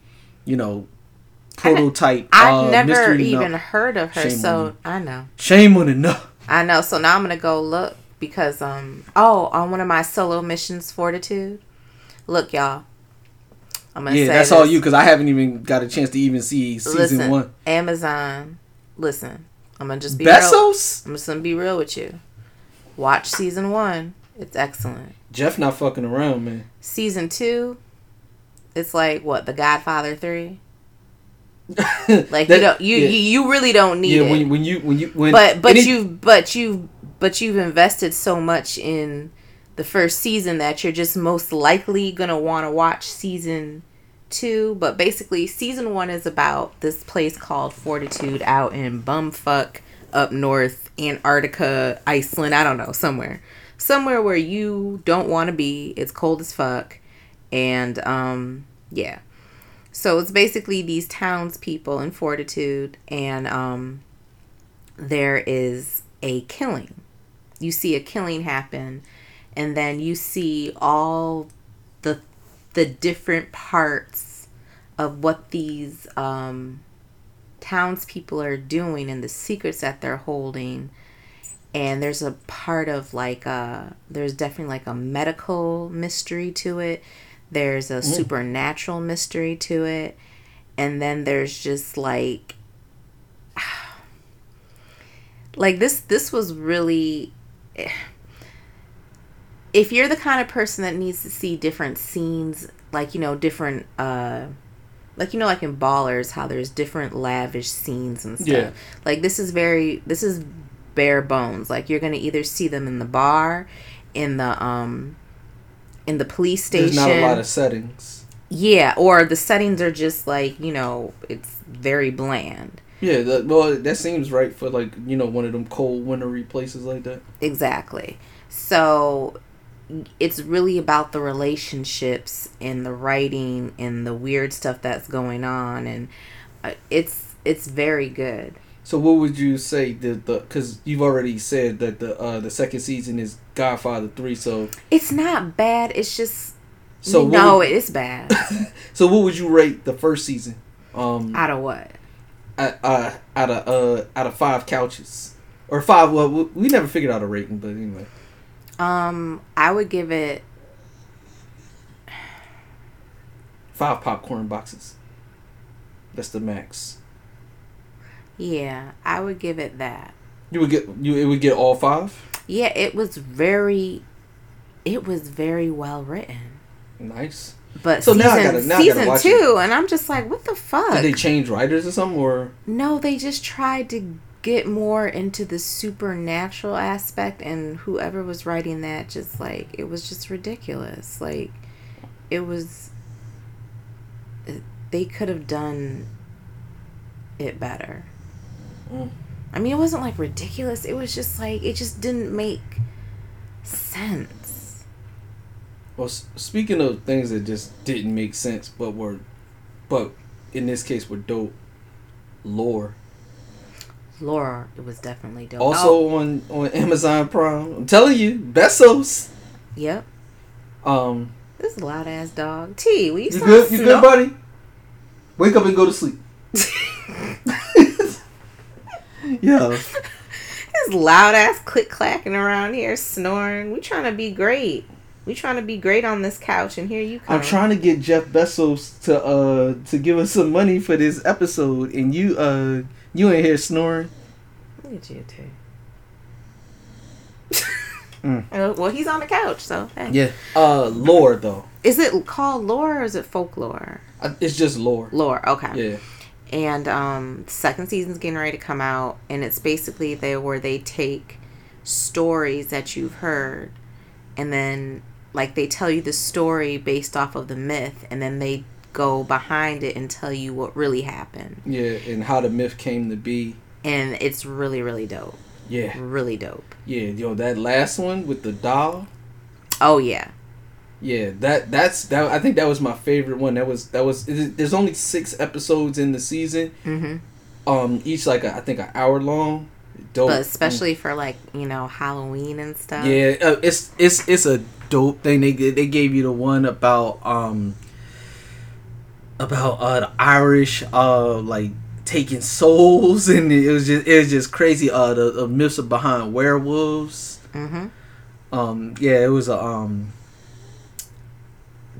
C: you know, prototype.
D: I've
C: uh,
D: never
C: mystery no-
D: even heard of her,
C: Shame
D: so
C: on you.
D: I know.
C: shame on the no.
D: I know. So now I'm gonna go look because um oh on one of my solo missions fortitude. Look y'all. I'm gonna
C: Yeah,
D: say
C: that's all
D: this.
C: you because I haven't even got a chance to even see season
D: listen,
C: one.
D: Amazon. Listen. I'm gonna just be real.
C: Bessos,
D: I'm just gonna be real with you. Watch season one. It's excellent.
C: Jeff not fucking around, man.
D: Season two, it's like what, The Godfather Three? (laughs) Like
C: That-
D: you don't you,
C: yeah.
D: you you really don't need
C: yeah,
D: it.
C: when when you when you when
D: but but
C: any-
D: you've but you've but you've invested so much in the first season that you're just most likely going to want to watch season two. But basically, season one is about this place called Fortitude out in bumfuck up north, Antarctica, Iceland, I don't know, somewhere. Somewhere where you don't want to be. It's cold as fuck. And um, yeah. So it's basically these townspeople in Fortitude, and um, there is a killing. You see a killing happen, and then you see all the the different parts of what these um, townspeople are doing and the secrets that they're holding. And there's a part of like a there's definitely like a medical mystery to it. There's a supernatural mystery to it. And then there's just like (sighs) like this this was really eh, if you're the kind of person that needs to see different scenes like you know different uh like you know like in ballers how there's different lavish scenes and stuff
C: Yeah.
D: like this is very this is bare bones like you're gonna either see them in the bar in the um in the police station
C: There's not a lot of settings.
D: yeah or the settings are just like you know it's very bland
C: Yeah, that, well, that seems right for like you know one of them cold, wintry places like that.
D: Exactly. So it's really about the relationships and the writing and the weird stuff that's going on and uh, it's it's very good.
C: So, what would you say that the because you've already said that the uh the second season is Godfather three. So,
D: It's not bad. It's just
C: so
D: you
C: what
D: know
C: would-
D: it's bad. (coughs)
C: so what would you rate the first season? Um,
D: Out of what?
C: uh, uh, out of uh out of five couches or five. Well, we- we never figured out a rating, but anyway,
D: Um, I would give it
C: five popcorn boxes. That's the max.
D: yeah. I would give it that.
C: You would get you. It would get all five.
D: Yeah, it was very, it was very well written.
C: Nice.
D: But
C: So
D: season,
C: now I gotta- now I gotta
D: season
C: watch it.
D: two, and I'm just like, what the fuck?
C: Did they change writers or something? Or
D: No, they just tried to get more into the supernatural aspect, and whoever was writing that just like it was just ridiculous. Like it was, eh, they could have done it better.
C: Mm.
D: I mean, it wasn't like ridiculous. It was just like it just didn't make sense.
C: well, s- speaking of things that just didn't make sense, but were, but in this case were dope. Lore.
D: Laura, it was definitely dope. Oh,
C: Also on on Amazon Prime. I'm telling you, Bessos.
D: yep,
C: Um,
D: this is loud ass dog. T, will you,
C: you
D: stop
C: good? You
D: snoring?
C: good, buddy? Wake up and go to
D: (laughs)
C: sleep. (laughs) yeah.
D: This loud ass click clacking around here, snoring. We trying to be great. We trying to be great on this couch, and here you come.
C: I'm trying to get Jeff Bezos to uh to give us some money for this episode, and you uh you in here snoring.
D: Look at you too.
C: (laughs) Mm.
D: Uh, well, he's on the couch, so hey.
C: Yeah. Uh, lore though.
D: Is it called lore or is it folklore?
C: I- It's just lore.
D: Lore, okay.
C: Yeah.
D: and um second season's getting ready to come out and it's basically they where they take stories that you've heard and then like they tell you the story based off of the myth and then they go behind it and tell you what really happened
C: Yeah, and how the myth came to be.
D: and it's really really dope
C: Yeah.
D: really dope
C: Yeah, yo, that last one with the doll.
D: oh yeah
C: Yeah, that that's that. I think that was my favorite one. That was that was. it- There's only six episodes in the season.
D: hmm
C: Um, each like a, I think an hour long. Dope.
D: but especially for like you know halloween and stuff
C: Yeah, uh, it's it's it's a dope thing. They they gave you the one about um about uh the Irish uh like taking souls (laughs) and it was just it was just crazy. Uh, the, the myths behind werewolves.
D: hmm
C: Um, yeah, it was a um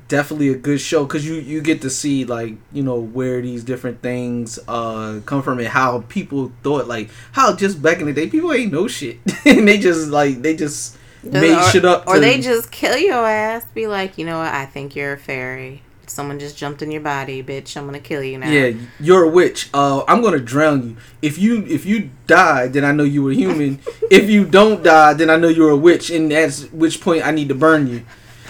C: definitely a good show because you you get to see like you know where these different things uh come from and how people thought like how just back in the day people ain't know shit (laughs) and they just like they just made
D: or,
C: shit up
D: or
C: to-
D: they just kill your ass be like you know what i think you're a fairy someone just jumped in your body bitch i'm gonna kill you now
C: yeah
D: (laughs)
C: you're a witch uh i'm gonna drown you if you if you die then i know you were human if you don't die, then I know you're a witch, and at which point I need to burn you.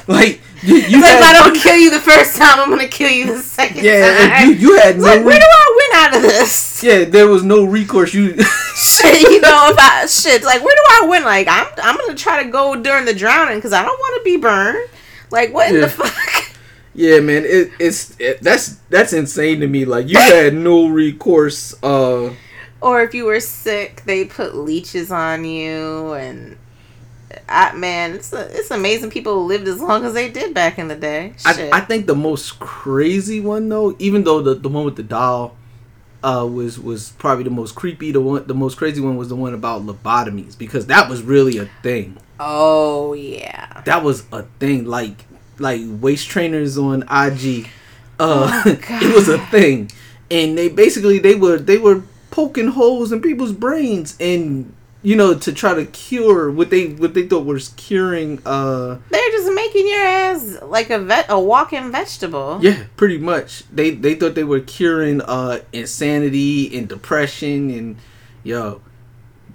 C: Like you, you
D: Because if I
C: had,
D: don't kill you the first time, I'm gonna kill you the second
C: yeah,
D: time.
C: you, you had no.
D: like, where
C: re-
D: do I win out of this?
C: yeah, there was no recourse. You
D: (laughs)
C: (laughs)
D: shit, you know, if I shit, like, where do I win? Like, I'm I'm gonna try to go during the drowning because I don't want to be burned. Like, what in
C: Yeah.
D: the fuck? (laughs)
C: Yeah, man, it, it's it, that's that's insane to me. Like you had no recourse. Uh,
D: Or if you were sick, they put leeches on you, and uh, I, man, it's a, it's amazing people lived as long as they did back in the day.
C: I,
D: Shit.
C: I think the most crazy one though, even though the the one with the doll, uh, was was probably the most creepy. The one the most crazy one was the one about lobotomies because that was really a thing.
D: oh yeah.
C: That was a thing. Like like waist trainers on IG, uh, (laughs) it was a thing, and they basically they were they were poking holes in people's brains and you know to try to cure what they what they thought was curing. uh
D: They're just making your ass like a vet, a walking vegetable.
C: Yeah, pretty much. They they thought they were curing uh insanity and depression and yo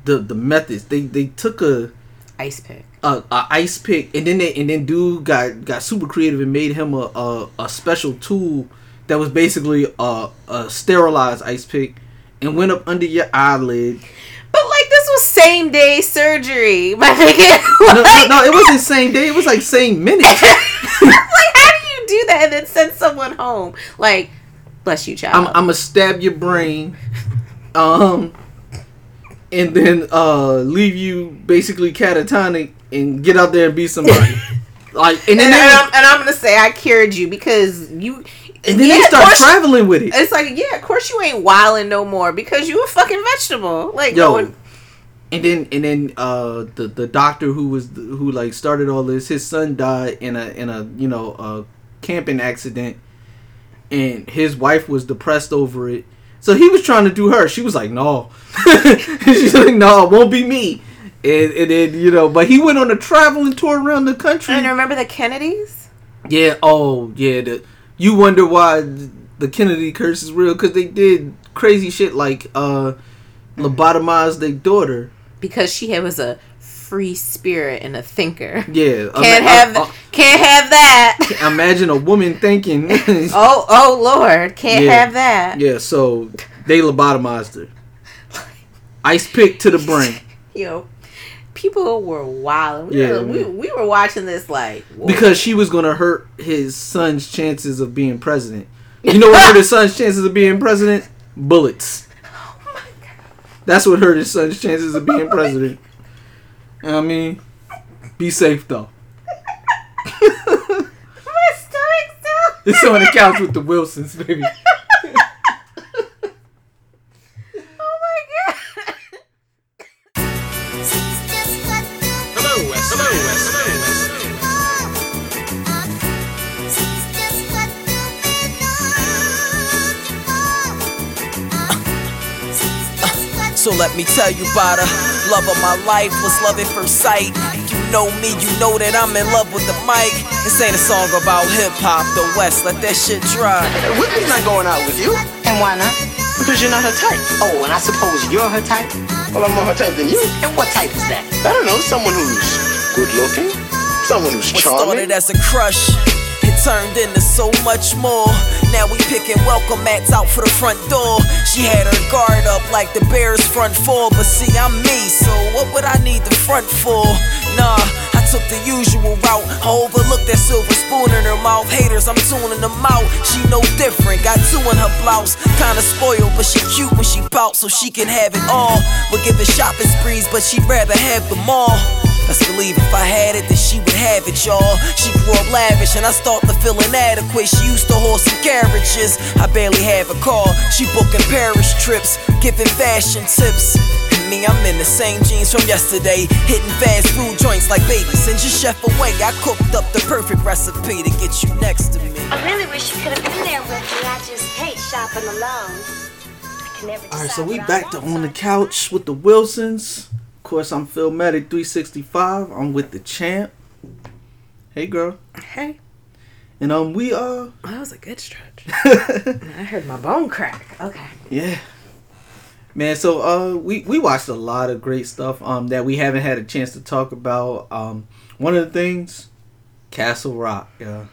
C: the the methods. They they took a
D: Ice pick.
C: a, a ice pick and then they and then dude got got super creative and made him a a, a special tool that was basically a, a sterilized ice pick and went up under your eyelid.
D: But like this was same day surgery, (laughs) my nigga.
C: No, no,
D: (laughs) like,
C: no, it wasn't same day. It was like same minute.
D: like, how do you do that and then send someone home? Like, bless you,
C: I'm
D: child.
C: I'm gonna stab your brain, um, and then uh leave you basically catatonic and get out there and be somebody. like and then
D: and,
C: they,
D: I'm, and I'm gonna say I cured you because you.
C: and then
D: yeah,
C: they
D: of
C: start
D: course-
C: traveling with it,
D: It's like, yeah, of course you ain't wilding no more because you a fucking vegetable. Like,
C: yo.
D: going-
C: And then and then uh the the doctor who was the, who like started all this, his son died in a in a you know a camping accident, and his wife was depressed over it. So he was trying to do her. She was like, "No," (laughs) she's like, "No, it won't be me." And, and then you know, but he went on a traveling tour around the country.
D: and remember the Kennedys?
C: Yeah. Oh, yeah. The, you wonder why the Kennedy curse is real because they did crazy shit like uh lobotomized their daughter.
D: Because she had- was a free spirit and a thinker.
C: Yeah. uh,
D: Can't have, th- can't have
C: (laughs)
D: that.
C: imagine a woman thinking. (laughs)
D: Oh, oh Lord, can't
C: Yeah.
D: have that.
C: yeah. So they lobotomized her. Ice pick to the brain
D: you know, people were wild. We,
C: Yeah,
D: were, we,
C: yeah.
D: we were watching this like whoa.
C: because she was gonna hurt his son's chances of being president. You know what hurt his son's chances of being president? Bullets.
D: oh my god,
C: That's what hurt his son's chances of being president. I mean, be safe though.
D: my stomach's down.
C: It's on the couch with the Wilsons, baby.
D: (laughs) Oh my god.
E: So let me tell you about her. Love of my life was love at first sight. If You know me, you know that I'm in love with the mic. This ain't a song about hip hop, the West, let that shit drop.
F: Whitney's not going out with you
G: And why not?
F: because you're not her type.
G: Oh, and I suppose you're her type?
F: Well, I'm more her type than you.
G: And what type is that?
F: I don't know, someone who's good looking, someone who's
E: What started
F: charming.
E: as a crush, it turned into so much more. Now we picking welcome mats out for the front door. She had her guard up like the Bears front four, but see I'm me, so what would I need the front for? Nah, I took the usual route. I overlooked that silver spoon in her mouth. Haters, I'm tuning them out. She no different, got two in her blouse. Kinda spoiled, but she cute when she bout, so she can have it all. We're giving shopping sprees, but she'd rather have them all. Best believe if I had it, then she would have it, y'all. She grew up lavish, and I start to feel inadequate. She used to horse and carriages. I barely have a car. She booking Paris trips, giving fashion tips. And me, I'm in the same jeans from yesterday, hitting fast food joints like babies. Send your chef away. I cooked up the perfect recipe to get you next to me.
H: I really wish you could have been there with me. I just hate shopping alone. I can never
C: All right,
H: decide
C: so we
H: what I
C: back to
H: want,
C: on the
H: so-
C: couch with the Wilsons. Of course, I'm Phil Matic, 365. I'm with the champ. Hey, girl.
D: Hey,
C: And um, we uh, (laughs)
D: that was a good stretch. I heard my bone crack. Okay,
C: yeah, Man, so uh, we we watched a lot of great stuff um that we haven't had a chance to talk about. Um, one of the things, Castle Rock. Yeah.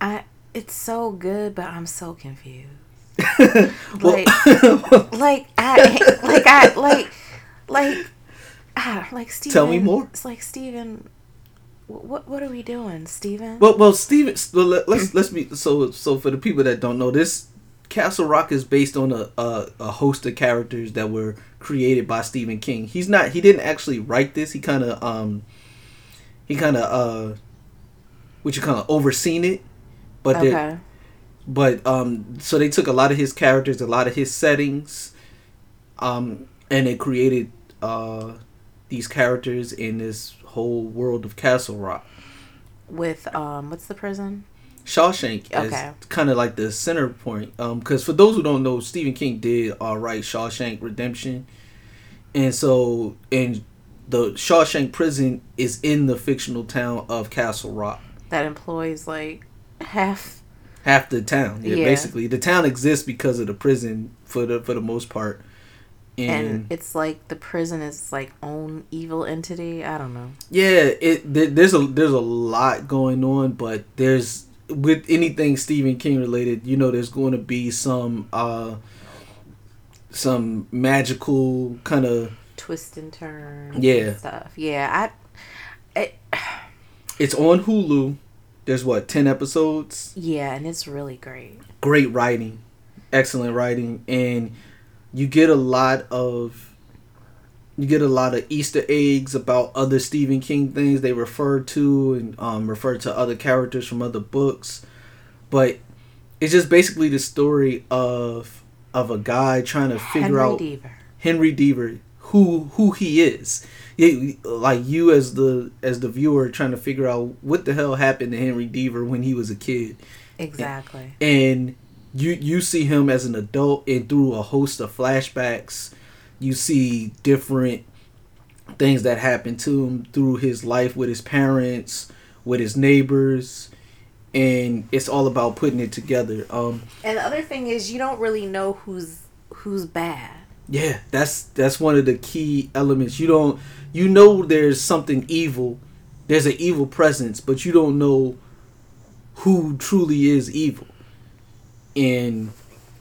D: I it's so good, but I'm so confused.
C: (laughs) Well, (laughs)
D: Like, like I like I like like ah, like Steven.
C: Tell me more.
D: It's like Steven. wh- What what are we doing, Steven?
C: well, well, Steven. Well, let- let's let's be so so for the people that don't know this. Castle Rock is based on a, a, a host of characters that were created by Stephen King. He's not he didn't actually write this. He kind of um he kind of uh what you kind of overseen it, but they're-
D: okay.
C: but um so they took a lot of his characters a lot of his settings um and they created uh these characters in this whole world of castle rock
D: With um, what's the prison?
C: shawshank
D: Okay.
C: is kind of like the center point um because for those who don't know stephen king did uh, write shawshank redemption and so and the shawshank prison is in the fictional town of castle rock
D: that employs like half
C: half the town. Yeah,
D: Yeah.
C: basically the town exists because of the prison for the for the most part. And,
D: and it's like the prison is like own evil entity i don't know
C: yeah, it there, there's a there's a lot going on, but there's with anything Stephen King related, you know, there's going to be some uh some magical kind of
D: twist and turn
C: Yeah.
D: stuff yeah i it,
C: it's on Hulu. There's what 10 episodes.
D: yeah and it's really great
C: Great writing. Excellent writing and you get a lot of you get a lot of Easter eggs about other Stephen King things they refer to and um, refer to other characters from other books, but it's just basically the story of of a guy trying to figure
D: henry
C: out
D: deaver
C: Henry Deaver who who he is. You- like you as the as the viewer trying to figure out what the hell happened to Henry Deaver when he was a kid
D: exactly
C: and you you see him as an adult and through a host of flashbacks you see different things that happened to him through his life with his parents with his neighbors and it's all about putting it together um
D: and the other thing is you don't really know who's who's bad
C: yeah that's that's one of the key elements you don't you know there's something evil there's an evil presence but you don't know who truly is evil and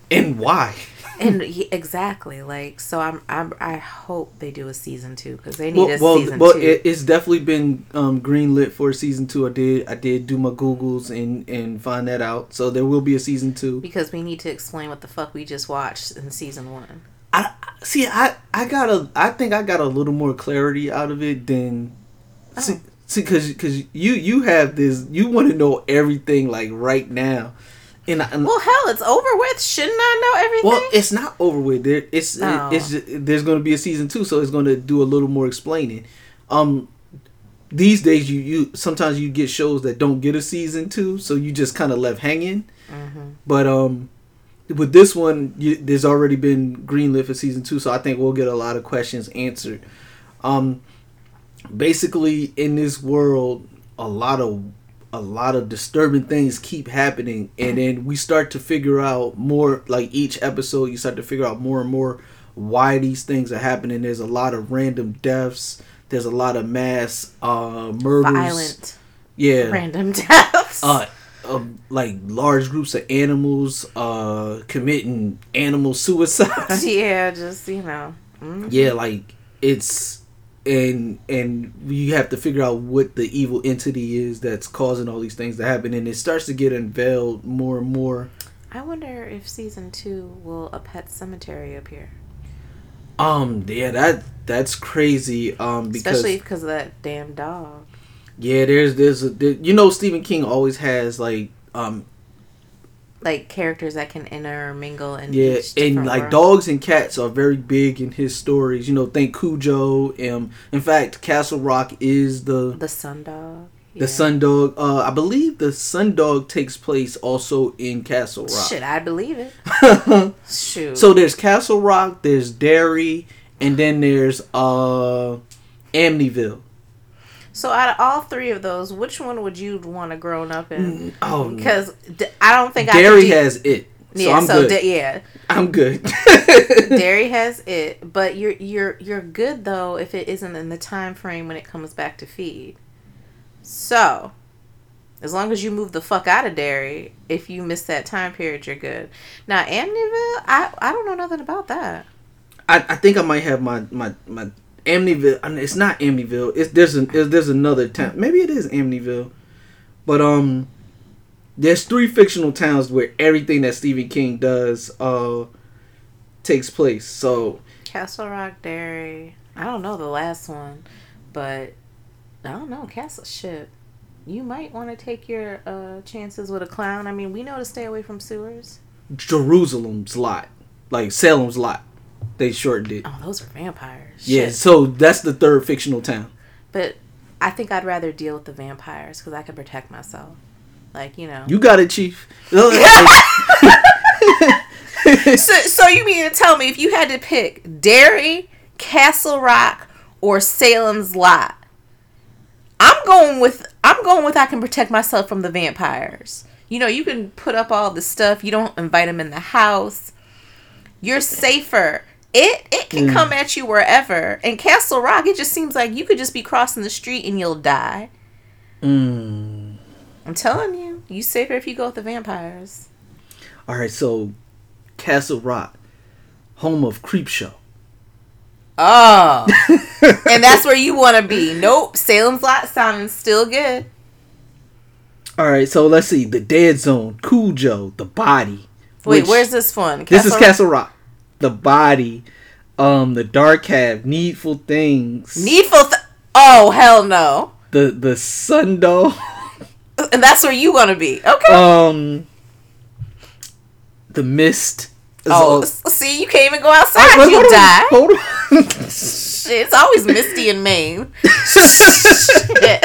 C: and why Hmm.
D: and he, exactly like so I'm, I'm i hope they do a season two because they need
C: well,
D: a
C: well,
D: season
C: well
D: two
C: it, it's definitely been um, greenlit for season two. I did, I did do my googles and and find that out. So there will be a season two.
D: because we need to explain what the fuck we just watched in season one
C: I see. I I got a. I think I got a little more clarity out of it than see because because you you have this. You want to know everything like right now, and, I- and
D: Well, hell, it's over with. Shouldn't I know everything?
C: (laughs) Well, it's not over with. There, it's
D: Oh.
C: it's ju- there's going to be a season two, so it's going to do a little more explaining. Um, these days, you you sometimes you get shows that don't get a season two, so you just kind of left hanging. But um, with this one, you, there's already been greenlit for season two, so I think we'll get a lot of questions answered. Um, basically, in this world, a lot of a lot of disturbing things keep happening, and then we start to figure out more. Like each episode, you start to figure out more and more why these things are happening. There's a lot of random deaths. There's a lot of mass uh, murders.
D: violent,
C: yeah.
D: random (laughs) deaths.
C: Uh, um, like large groups of animals uh, committing animal suicide.
D: (laughs) yeah, just you know. Mm.
C: yeah like it's and and you have to figure out what the evil entity is that's causing all these things to happen and it starts to get unveiled more and more
D: I wonder if season two will a pet cemetery appear,
C: um yeah that that's crazy um because
D: especially because of that damn dog.
C: yeah there's there's a there, you know stephen king always has like um
D: Like characters that can intermingle and
C: yeah and like dogs and cats are very big in his stories you know think cujo um in fact castle rock is the
D: the sun dog.
C: The Sun Dog. Uh, I believe the Sun Dog takes place also in Castle Rock.
D: Shit, I believe it.
C: (laughs)
D: Shoot.
C: So there's Castle Rock, there's Derry, and then there's uh, Amityville.
D: so out of all three of those, which one would you want to grown up in?
C: Oh,
D: Because d- I don't think I could
C: Derry
D: do-
C: has it. so I'm
D: so
C: good.
D: da- yeah,
C: I'm good.
D: (laughs) dairy has it, but you're you're you're good though if it isn't in the time frame when it comes back to feed. So, as long as you move the fuck out of dairy, if you miss that time period, you're good. Now, Amityville, I I don't know nothing about that.
C: I, I think I might have my my my Amityville. I mean, it's not Amityville. It's there's an there's, there's another town. Maybe it is Amityville, but um, there's three fictional towns where everything that Stephen King does uh takes place. So
D: Castle Rock Dairy. I don't know the last one, but I don't know Castle shit. You might want to take your uh, chances with a clown. I mean, we know to stay away from sewers.
C: Jerusalem's lot, like Salem's lot, they shortened it.
D: Oh, those are vampires.
C: Yeah,
D: Shit.
C: so that's the third fictional town.
D: But I think I'd rather deal with the vampires because I can protect myself. Like, you know.
C: You got it,
D: (laughs)
C: Chief.
D: (laughs) so, so you mean to tell me if you had to pick Derry, Castle Rock, or Salem's Lot? I'm going with I'm going with I can protect myself from the vampires. You know, you can put up all the stuff. You don't invite them in the house. You're safer. It it can come at you wherever. And Castle Rock, it just seems like you could just be crossing the street and you'll die. I'm telling you, you safer if you go with the vampires.
C: All right, so Castle Rock, home of Creepshow.
D: Oh. and that's where you want to be. Nope. Salem's Lot sounding still good.
C: All right, so let's see. The Dead Zone, Cujo, The Body.
D: Wait,
C: which-
D: where's this one?
C: This is
D: Castle Rock?
C: Castle Rock. The Body, um, The Dark Cab, Needful Things,
D: Needful. Th- oh, hell no.
C: the the Sundoll,
D: And that's where you want to be. Okay.
C: (laughs) um, The Mist. It's
D: oh,
C: all-
D: s- see, you can't even go outside.
C: Wait,
D: (laughs) you
C: hold on,
D: die.
C: hold
D: (laughs)
C: on. (laughs)
D: Shit, It's always misty in Maine. Shit.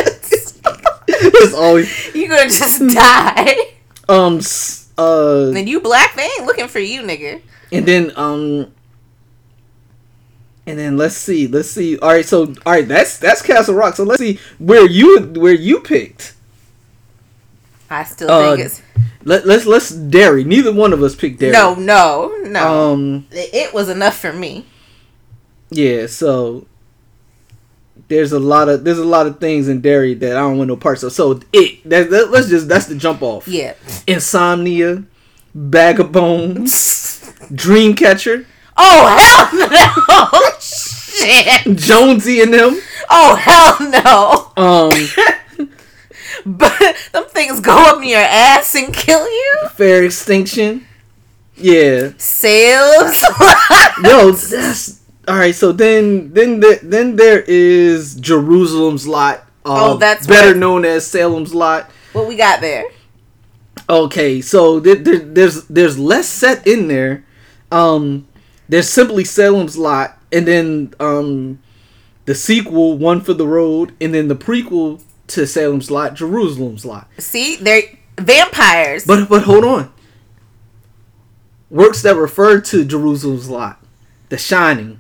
C: It's always
D: You're going to just (laughs) die.
C: um s- uh
D: And you black, they ain't looking for you, nigga.
C: and then um and then let's see let's see all right so all right that's that's castle rock so let's see where you where you picked
D: I still
C: Uh,
D: think it's.
C: Let, let's let's dairy neither one of us picked dairy
D: No, no, no.
C: um
D: it it was enough for me.
C: yeah so there's a lot of there's a lot of things in dairy that i don't want no parts of so it that, that let's just that's the jump off
D: Yeah.
C: insomnia bag of bones dreamcatcher
D: Oh hell (laughs) no! Shit!
C: jonesy and them
D: Oh hell no! (laughs)
C: um
D: But them things go up in your ass and kill you.
C: fair extinction yeah
D: Sales.
C: Yo, that's all right. So then, then, the, then there is Jerusalem's Lot. Uh,
D: Oh, that's
C: better
D: what-
C: known as Salem's Lot.
D: (laughs) what we got there?
C: Okay, so there, there, there's there's less set in there. Um, there's simply Salem's Lot, and then um, the sequel, One for the Road, and then the prequel to Salem's Lot, Jerusalem's Lot.
D: See, they're vampires.
C: But but hold on. Works that refer to Jerusalem's lot, The
D: (laughs)
C: Shining,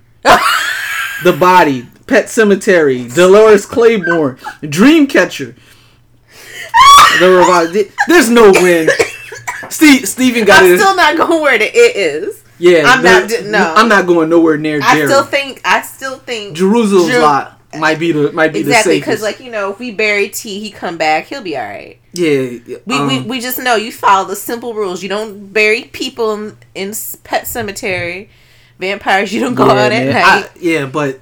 C: The Body, Pet Cemetery, Dolores Claiborne, Dreamcatcher. The revival. There's no win. Steve Steven got
D: I'm
C: it.
D: still not going where the it is.
C: yeah,
D: I'm
C: there-
D: not d- no.
C: I'm not going nowhere near
D: I
C: Jerry.
D: still think. I still think.
C: Jerusalem's
D: Jer-
C: lot might be the might be
D: Exactly,
C: the
D: because
C: safest.
D: like you know, if we bury T, he come back, he'll be all right.
C: yeah,
D: We,
C: um,
D: we we just know you follow the simple rules. You don't bury people in, in pet cemetery. Vampires, you don't go out at
C: man.
D: night.
C: I- yeah, but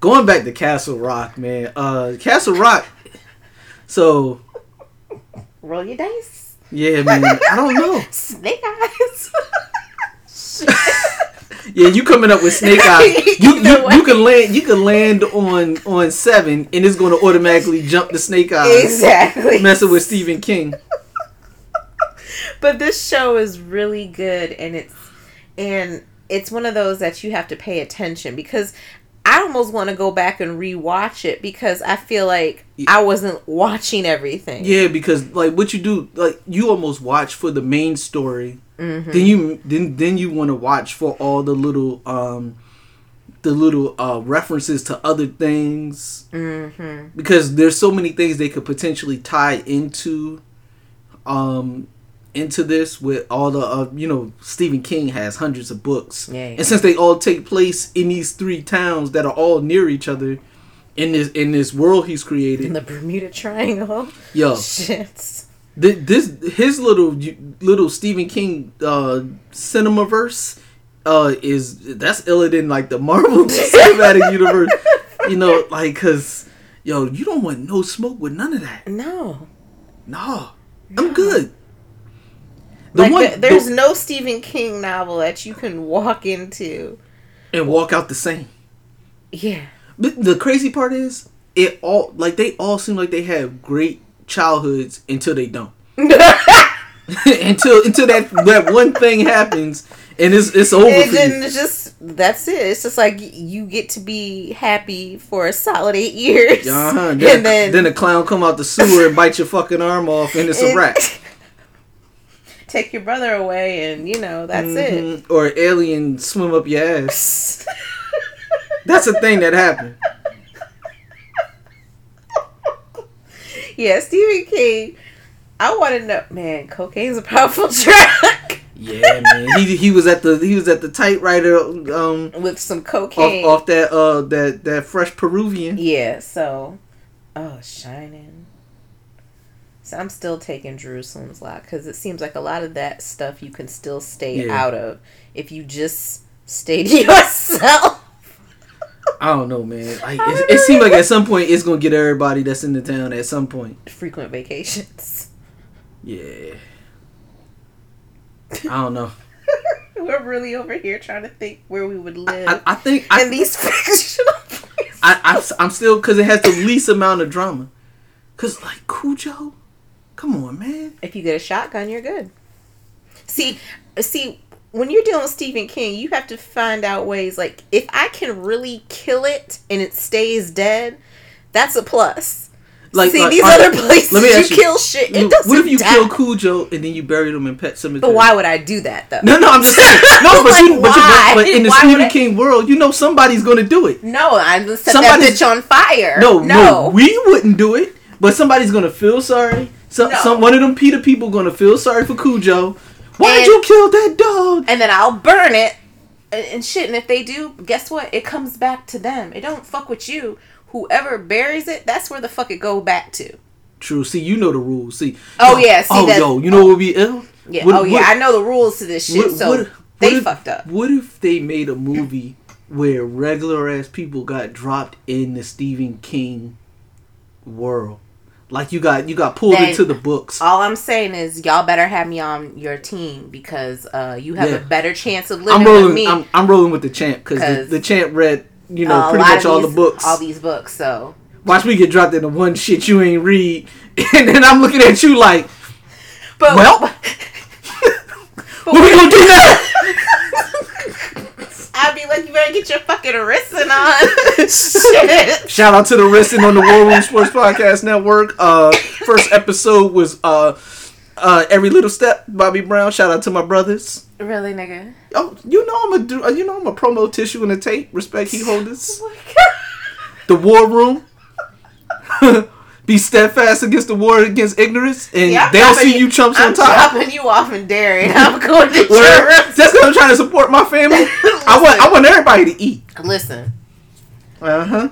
C: going back to Castle Rock, man. Uh, Castle Rock. So
D: Roll your dice.
C: yeah, man. I don't know.
D: Snake eyes.
C: Yeah, you coming up with Snake Eyes. You you,
D: Either way.
C: you can land you can land on on seven, and it's going to automatically jump to Snake Eyes.
D: (laughs) exactly.
C: Messing with Stephen King.
D: But this show is really good and it's and it's one of those that you have to pay attention because I almost want to go back and rewatch it because I feel like I wasn't watching everything.
C: Yeah, because like what you do, like you almost watch for the main story.
D: Mm-hmm.
C: Then you then then you want to watch for all the little um the little uh references to other things. Mm-hmm. Because there's so many things they could potentially tie into um into this with all the uh, you know Stephen King has hundreds of books,
D: Yeah, yeah.
C: and since they all take place in these three towns that are all near each other, in this in this world he's
D: in
C: created,
D: the Bermuda Triangle. (laughs)
C: yo,
D: Shit.
C: th- this his little little Stephen King uh, cinema verse uh, is that's iller than like the Marvel (laughs) cinematic universe, you know, like because yo, you don't want no smoke with none of that.
D: No.
C: No, I'm good.
D: like
C: one-
D: the- there's
C: the-
D: no Stephen King novel that you can walk into.
C: and walk out the same.
D: Yeah.
C: But the crazy part is, it all like they all seem like they have great childhoods until they
D: (laughs)
C: don't. (laughs) until until that that one thing happens and it's it's over
D: And
C: for
D: then
C: you.
D: it's just that's it. It's just like you get to be happy for a solid eight years, (laughs)
C: Uh-huh.
D: and
C: Then,
D: then,
C: then a clown come out the sewer and bite your fucking arm off and it's a
D: and-
C: rat.
D: (laughs)
C: (laughs)
D: Take your brother away, and you know that's it.
C: Mhm. Or an alien swim up your (laughs) ass. That's a thing that happened.
D: Yeah, Stephen King. I want to know, man. Cocaine's a powerful (laughs) drug
C: Yeah, man. He he was at the he was at the typewriter um
D: with some
C: off,
D: cocaine.
C: off that uh that that fresh Peruvian.
D: Yeah. So, oh, shining. So I'm still taking Jerusalem's lot because it seems like a lot of that stuff you can still stay
C: Yeah.
D: out of if you just stay to (laughs) yourself.
C: I don't know, man. Like it, it seems like at some point it's gonna get everybody that's in the town. At some point,
D: Frequent vacations. (laughs)
C: (laughs) yeah. I don't know.
D: We're really over here trying to think where we would live
C: I, I think
D: in
C: I,
D: these (laughs) fictional places.
C: I, I am still because it has the least amount of drama. Cause like Cujo, come on, man.
D: If you get a shotgun, you're good. See, see, when you're dealing with Stephen King, you have to find out ways. Like, if I can really kill it and it stays dead, that's a plus.
C: Like
D: see,
C: like,
D: these
C: all right,
D: other places,
C: let me ask
D: you,
C: you,
D: kill shit. It
C: look,
D: doesn't
C: What if you
D: die.
C: kill Cujo and then you buried him in Pet Cemetery?
D: But why would I do that though?
C: No, no, I'm just saying.
D: (laughs)
C: No, but,
D: Like,
C: you, but, you, but,
D: why?
C: but in the
D: Why would
C: Stephen
D: I-
C: King world, you know somebody's gonna do it.
D: No, I just set that
C: Somebody's-
D: bitch on fire.
C: No, no, we wouldn't do it. But somebody's gonna feel sorry. Some,
D: No.
C: some one of them Peter people gonna feel sorry for Cujo. Why'd
D: And-
C: you kill that dog?
D: and then I'll burn it and, and shit. And if they do, guess what? It comes back to them. It don't fuck with you. Whoever buries it, that's where the fuck it go back to.
C: True. See, you know the rules. See.
D: Oh,
C: Yo,
D: yeah, see,
C: oh
D: that-
C: yo, you know what would be ill?
D: Yeah.
C: What-
D: oh yeah,
C: what-
D: I know the rules to this shit.
C: what-
D: so
C: what-
D: they
C: what if-
D: fucked up.
C: What if they made a movie where regular ass people got dropped in the Stephen King world? Like you got you got pulled
D: Then-
C: into the books.
D: All I'm saying is y'all better have me on your team because uh, you have
C: Yeah.
D: a better chance of living
C: I'm
D: with me.
C: rolling. I'm, I'm rolling with the champ because the,
D: 'Cause,
C: the champ read you
D: uh,
C: know
D: a
C: pretty
D: lot
C: much
D: of
C: all
D: these-
C: the books.
D: All these books. So
C: Watch me get dropped into one shit you ain't read, (laughs) and then I'm looking at you like,
D: but
C: well, what we gonna do now?
D: (laughs) I'd be like, you better get your fucking
C: (laughs)
D: arisen on. (laughs) shit.
C: Shout out to the resting on the War Room Sports Podcast Network. Uh, first episode was uh, uh, every little step. Bobby Brown. Shout out to my brothers.
D: Really, nigga.
C: Oh, you know I'm a do- uh, you know I'm a promo tissue and a tape. Respect he holders. the War Room. (laughs) Be steadfast against the war against ignorance, and
D: Yeah, I'm
C: they'll
D: dropping
C: see you chumps
D: I'm
C: on top.
D: dropping you off in Derry. (laughs) and I'm going to
C: Word.
D: your
C: That's what I'm trying to support my family. I want I want everybody to eat.
D: room. Listen,
C: Uh huh.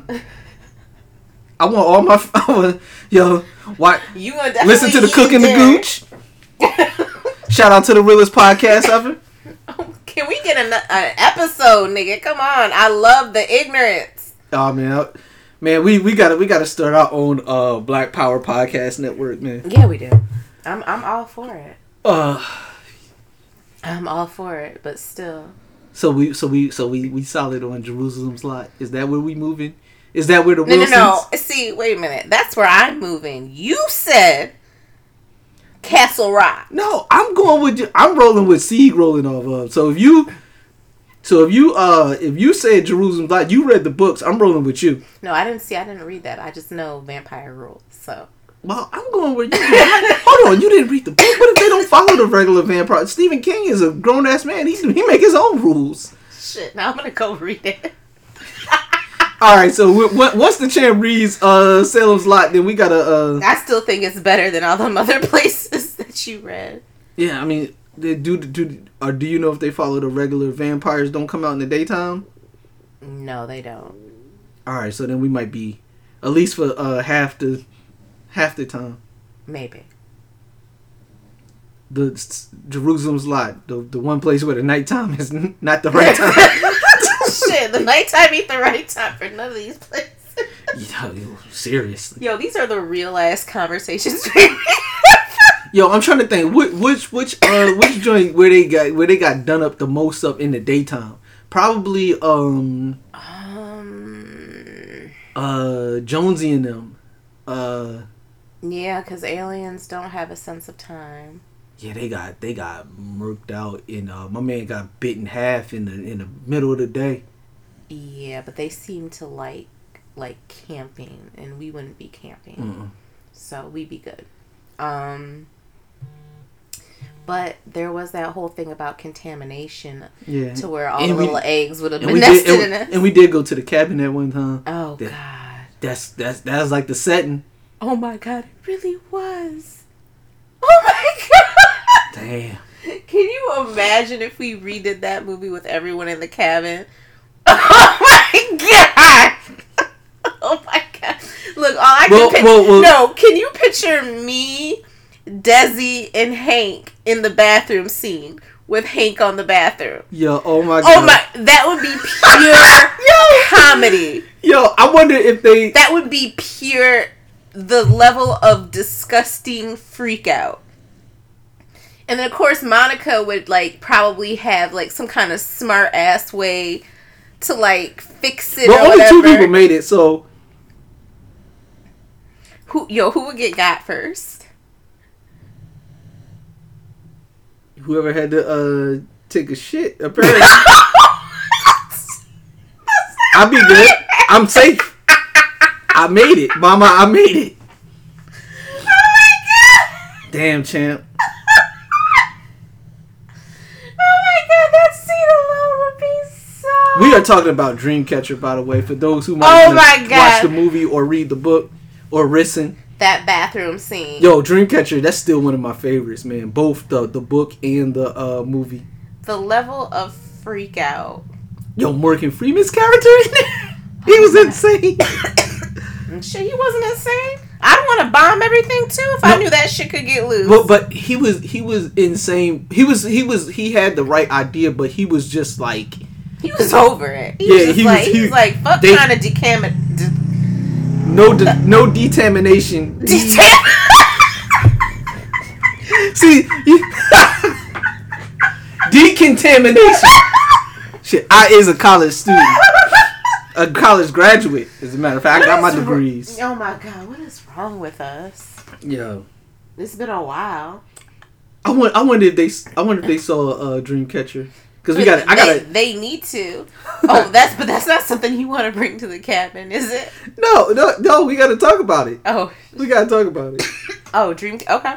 C: I want all my (laughs) f- I want, yo. Why
D: (laughs) you gonna definitely
C: listen to the
D: eat
C: cook and the
D: Derry.
C: gooch? Shout out to the realest podcast ever.
D: Can we get an, an episode, nigga? Come on. I love the ignorance.
C: Oh man, I- man, we we gotta we gotta start our own uh Black Power podcast network, man.
D: Yeah, we do. I'm I'm all for it.
C: Uh,
D: I'm all for it, but still.
C: so we so we so we we solid on Jerusalem's lot. Is that where we moving? Is that where the
D: No,
C: Wilsons?
D: no, no. See, wait a minute. That's where I'm moving. You said Castle Rock.
C: No, I'm going with you. I'm rolling with seed rolling off of. So if you, so if you, uh, if you said Jerusalem's lot, you read the books. I'm rolling with you.
D: No, I didn't see. I didn't read that. I just know vampire rules. So
C: Well, I'm going with you.
D: (laughs)
C: Hold on, you didn't read the book. What if they don't follow the regular vampire? Stephen King is a grown ass man. He he make his own rules.
D: shit. Now I'm gonna go read it.
C: All right, so w- w- once the champ reads uh Salem's Lot, then we gotta uh
D: (laughs) I still think it's better than all them other places that you read.
C: Yeah, I mean, they do do or do you know if they follow the regular vampires don't come out in the daytime?
D: No, they don't.
C: All right, so then we might be at least for uh half the half the time.
D: Maybe.
C: The s- Jerusalem's lot, the the one place where the nighttime is n- not the right (laughs) time.
D: (laughs) Shit, the nighttime ain't the right time for none of these places.
C: yo, yo, seriously,
D: Yo, these are the real ass conversations. we
C: yo, I'm trying to think which which which uh which joint where they got where they got done up the most up in the daytime. Probably um
D: Um,
C: uh Jonesy and them. Uh
D: yeah, because aliens don't have a sense of time.
C: Yeah, they got they got murked out in uh my man got bit in half in the in the middle of the day.
D: Yeah, but they seem to like like camping, and we wouldn't be camping, so we'd be good. Um, but there was that whole thing about contamination
C: Yeah.
D: to where all
C: And
D: the
C: we-
D: little eggs would have
C: And
D: been
C: we did
D: nested
C: and,
D: in
C: we-
D: it.
C: and we did go to the cabin at one time.
D: oh
C: Yeah.
D: god!
C: That's that's that's like the setting.
D: Oh my god! It really was. Oh my (laughs) god!
C: Damn.
D: Can you imagine if we redid that movie with everyone in the cabin? (laughs) Oh my god! (laughs) Oh my god! Look, all I
C: Well,
D: can pic-
C: well, well-
D: no. Can you picture me, Desi, and Hank in the bathroom scene with Hank on the bathroom?
C: Yo, oh my god.
D: Oh my! That would be
C: (laughs)
D: pure comedy.
C: Yo, I wonder if they
D: That would be pure the level of disgusting freak out. And then of course Monica would like probably have like some kind of smart ass way to like fix it
C: Well,
D: or
C: only two
D: whatever.
C: people made it, so
D: who yo, who would get got first?
C: whoever had to uh take a shit
D: (laughs)
C: apparently. I'll be good. I'm safe. I made it, mama. I made it.
D: Oh my god!
C: Damn champ.
D: Oh my god, that scene alone would be so
C: We are talking about Dreamcatcher, by the way, for those who might
D: Oh my
C: have
D: God.
C: watch the movie or read the book or listen.
D: that bathroom scene.
C: Yo, Dreamcatcher, that's still one of my favorites, man. Both the the book and the uh movie.
D: The level of freak out.
C: Yo, Morgan Freeman's character in there. (laughs) He was
D: (coughs)
C: insane.
D: I'm sure he wasn't insane. I'd want to bomb everything too if I
C: No.
D: knew that shit could get loose.
C: but but he was he was insane. He was he was he had the right idea, but he was just like
D: He was over it. He
C: Yeah,
D: was just
C: he was-
D: like, he,
C: he-
D: was like, fuck
C: they-
D: trying to decam it. De-
C: no de- no determination.
D: detam-
C: See, you- (laughs) decontamination. Shit, I is a college student, a college graduate. As a matter of fact, I got my
D: What is wr-
C: degrees.
D: Oh my god, what is wrong with us?
C: Yo,
D: It's been a while.
C: I want. I wonder if they. s- I wonder if they saw uh, Dreamcatcher because we got. I got
D: they,
C: to
D: they need to. Oh, that's but that's not something you want to bring to the cabin, is it?
C: No, no, no. We got to talk about it.
D: Oh,
C: We got to talk about it.
D: oh, dream. Okay,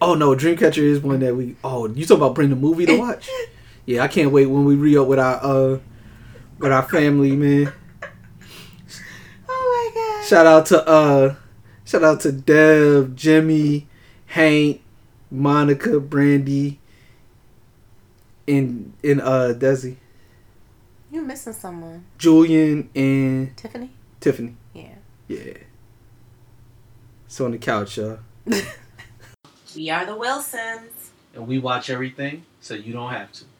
C: Oh no, Dreamcatcher is one that we. Oh, you talking about bring the movie to watch? Yeah, I can't wait when we re up with our uh with our family, man.
D: Oh my god.
C: Shout out to uh shout out to Dev, Jimmy, Hank, Monica, Brandy, and and uh Desi,
D: You're missing someone,
C: Julian and
D: Tiffany.
C: Tiffany.
D: Yeah.
C: Yeah. So on the couch, y'all.
D: We are the Wilsons.
C: And we watch everything so you don't have to.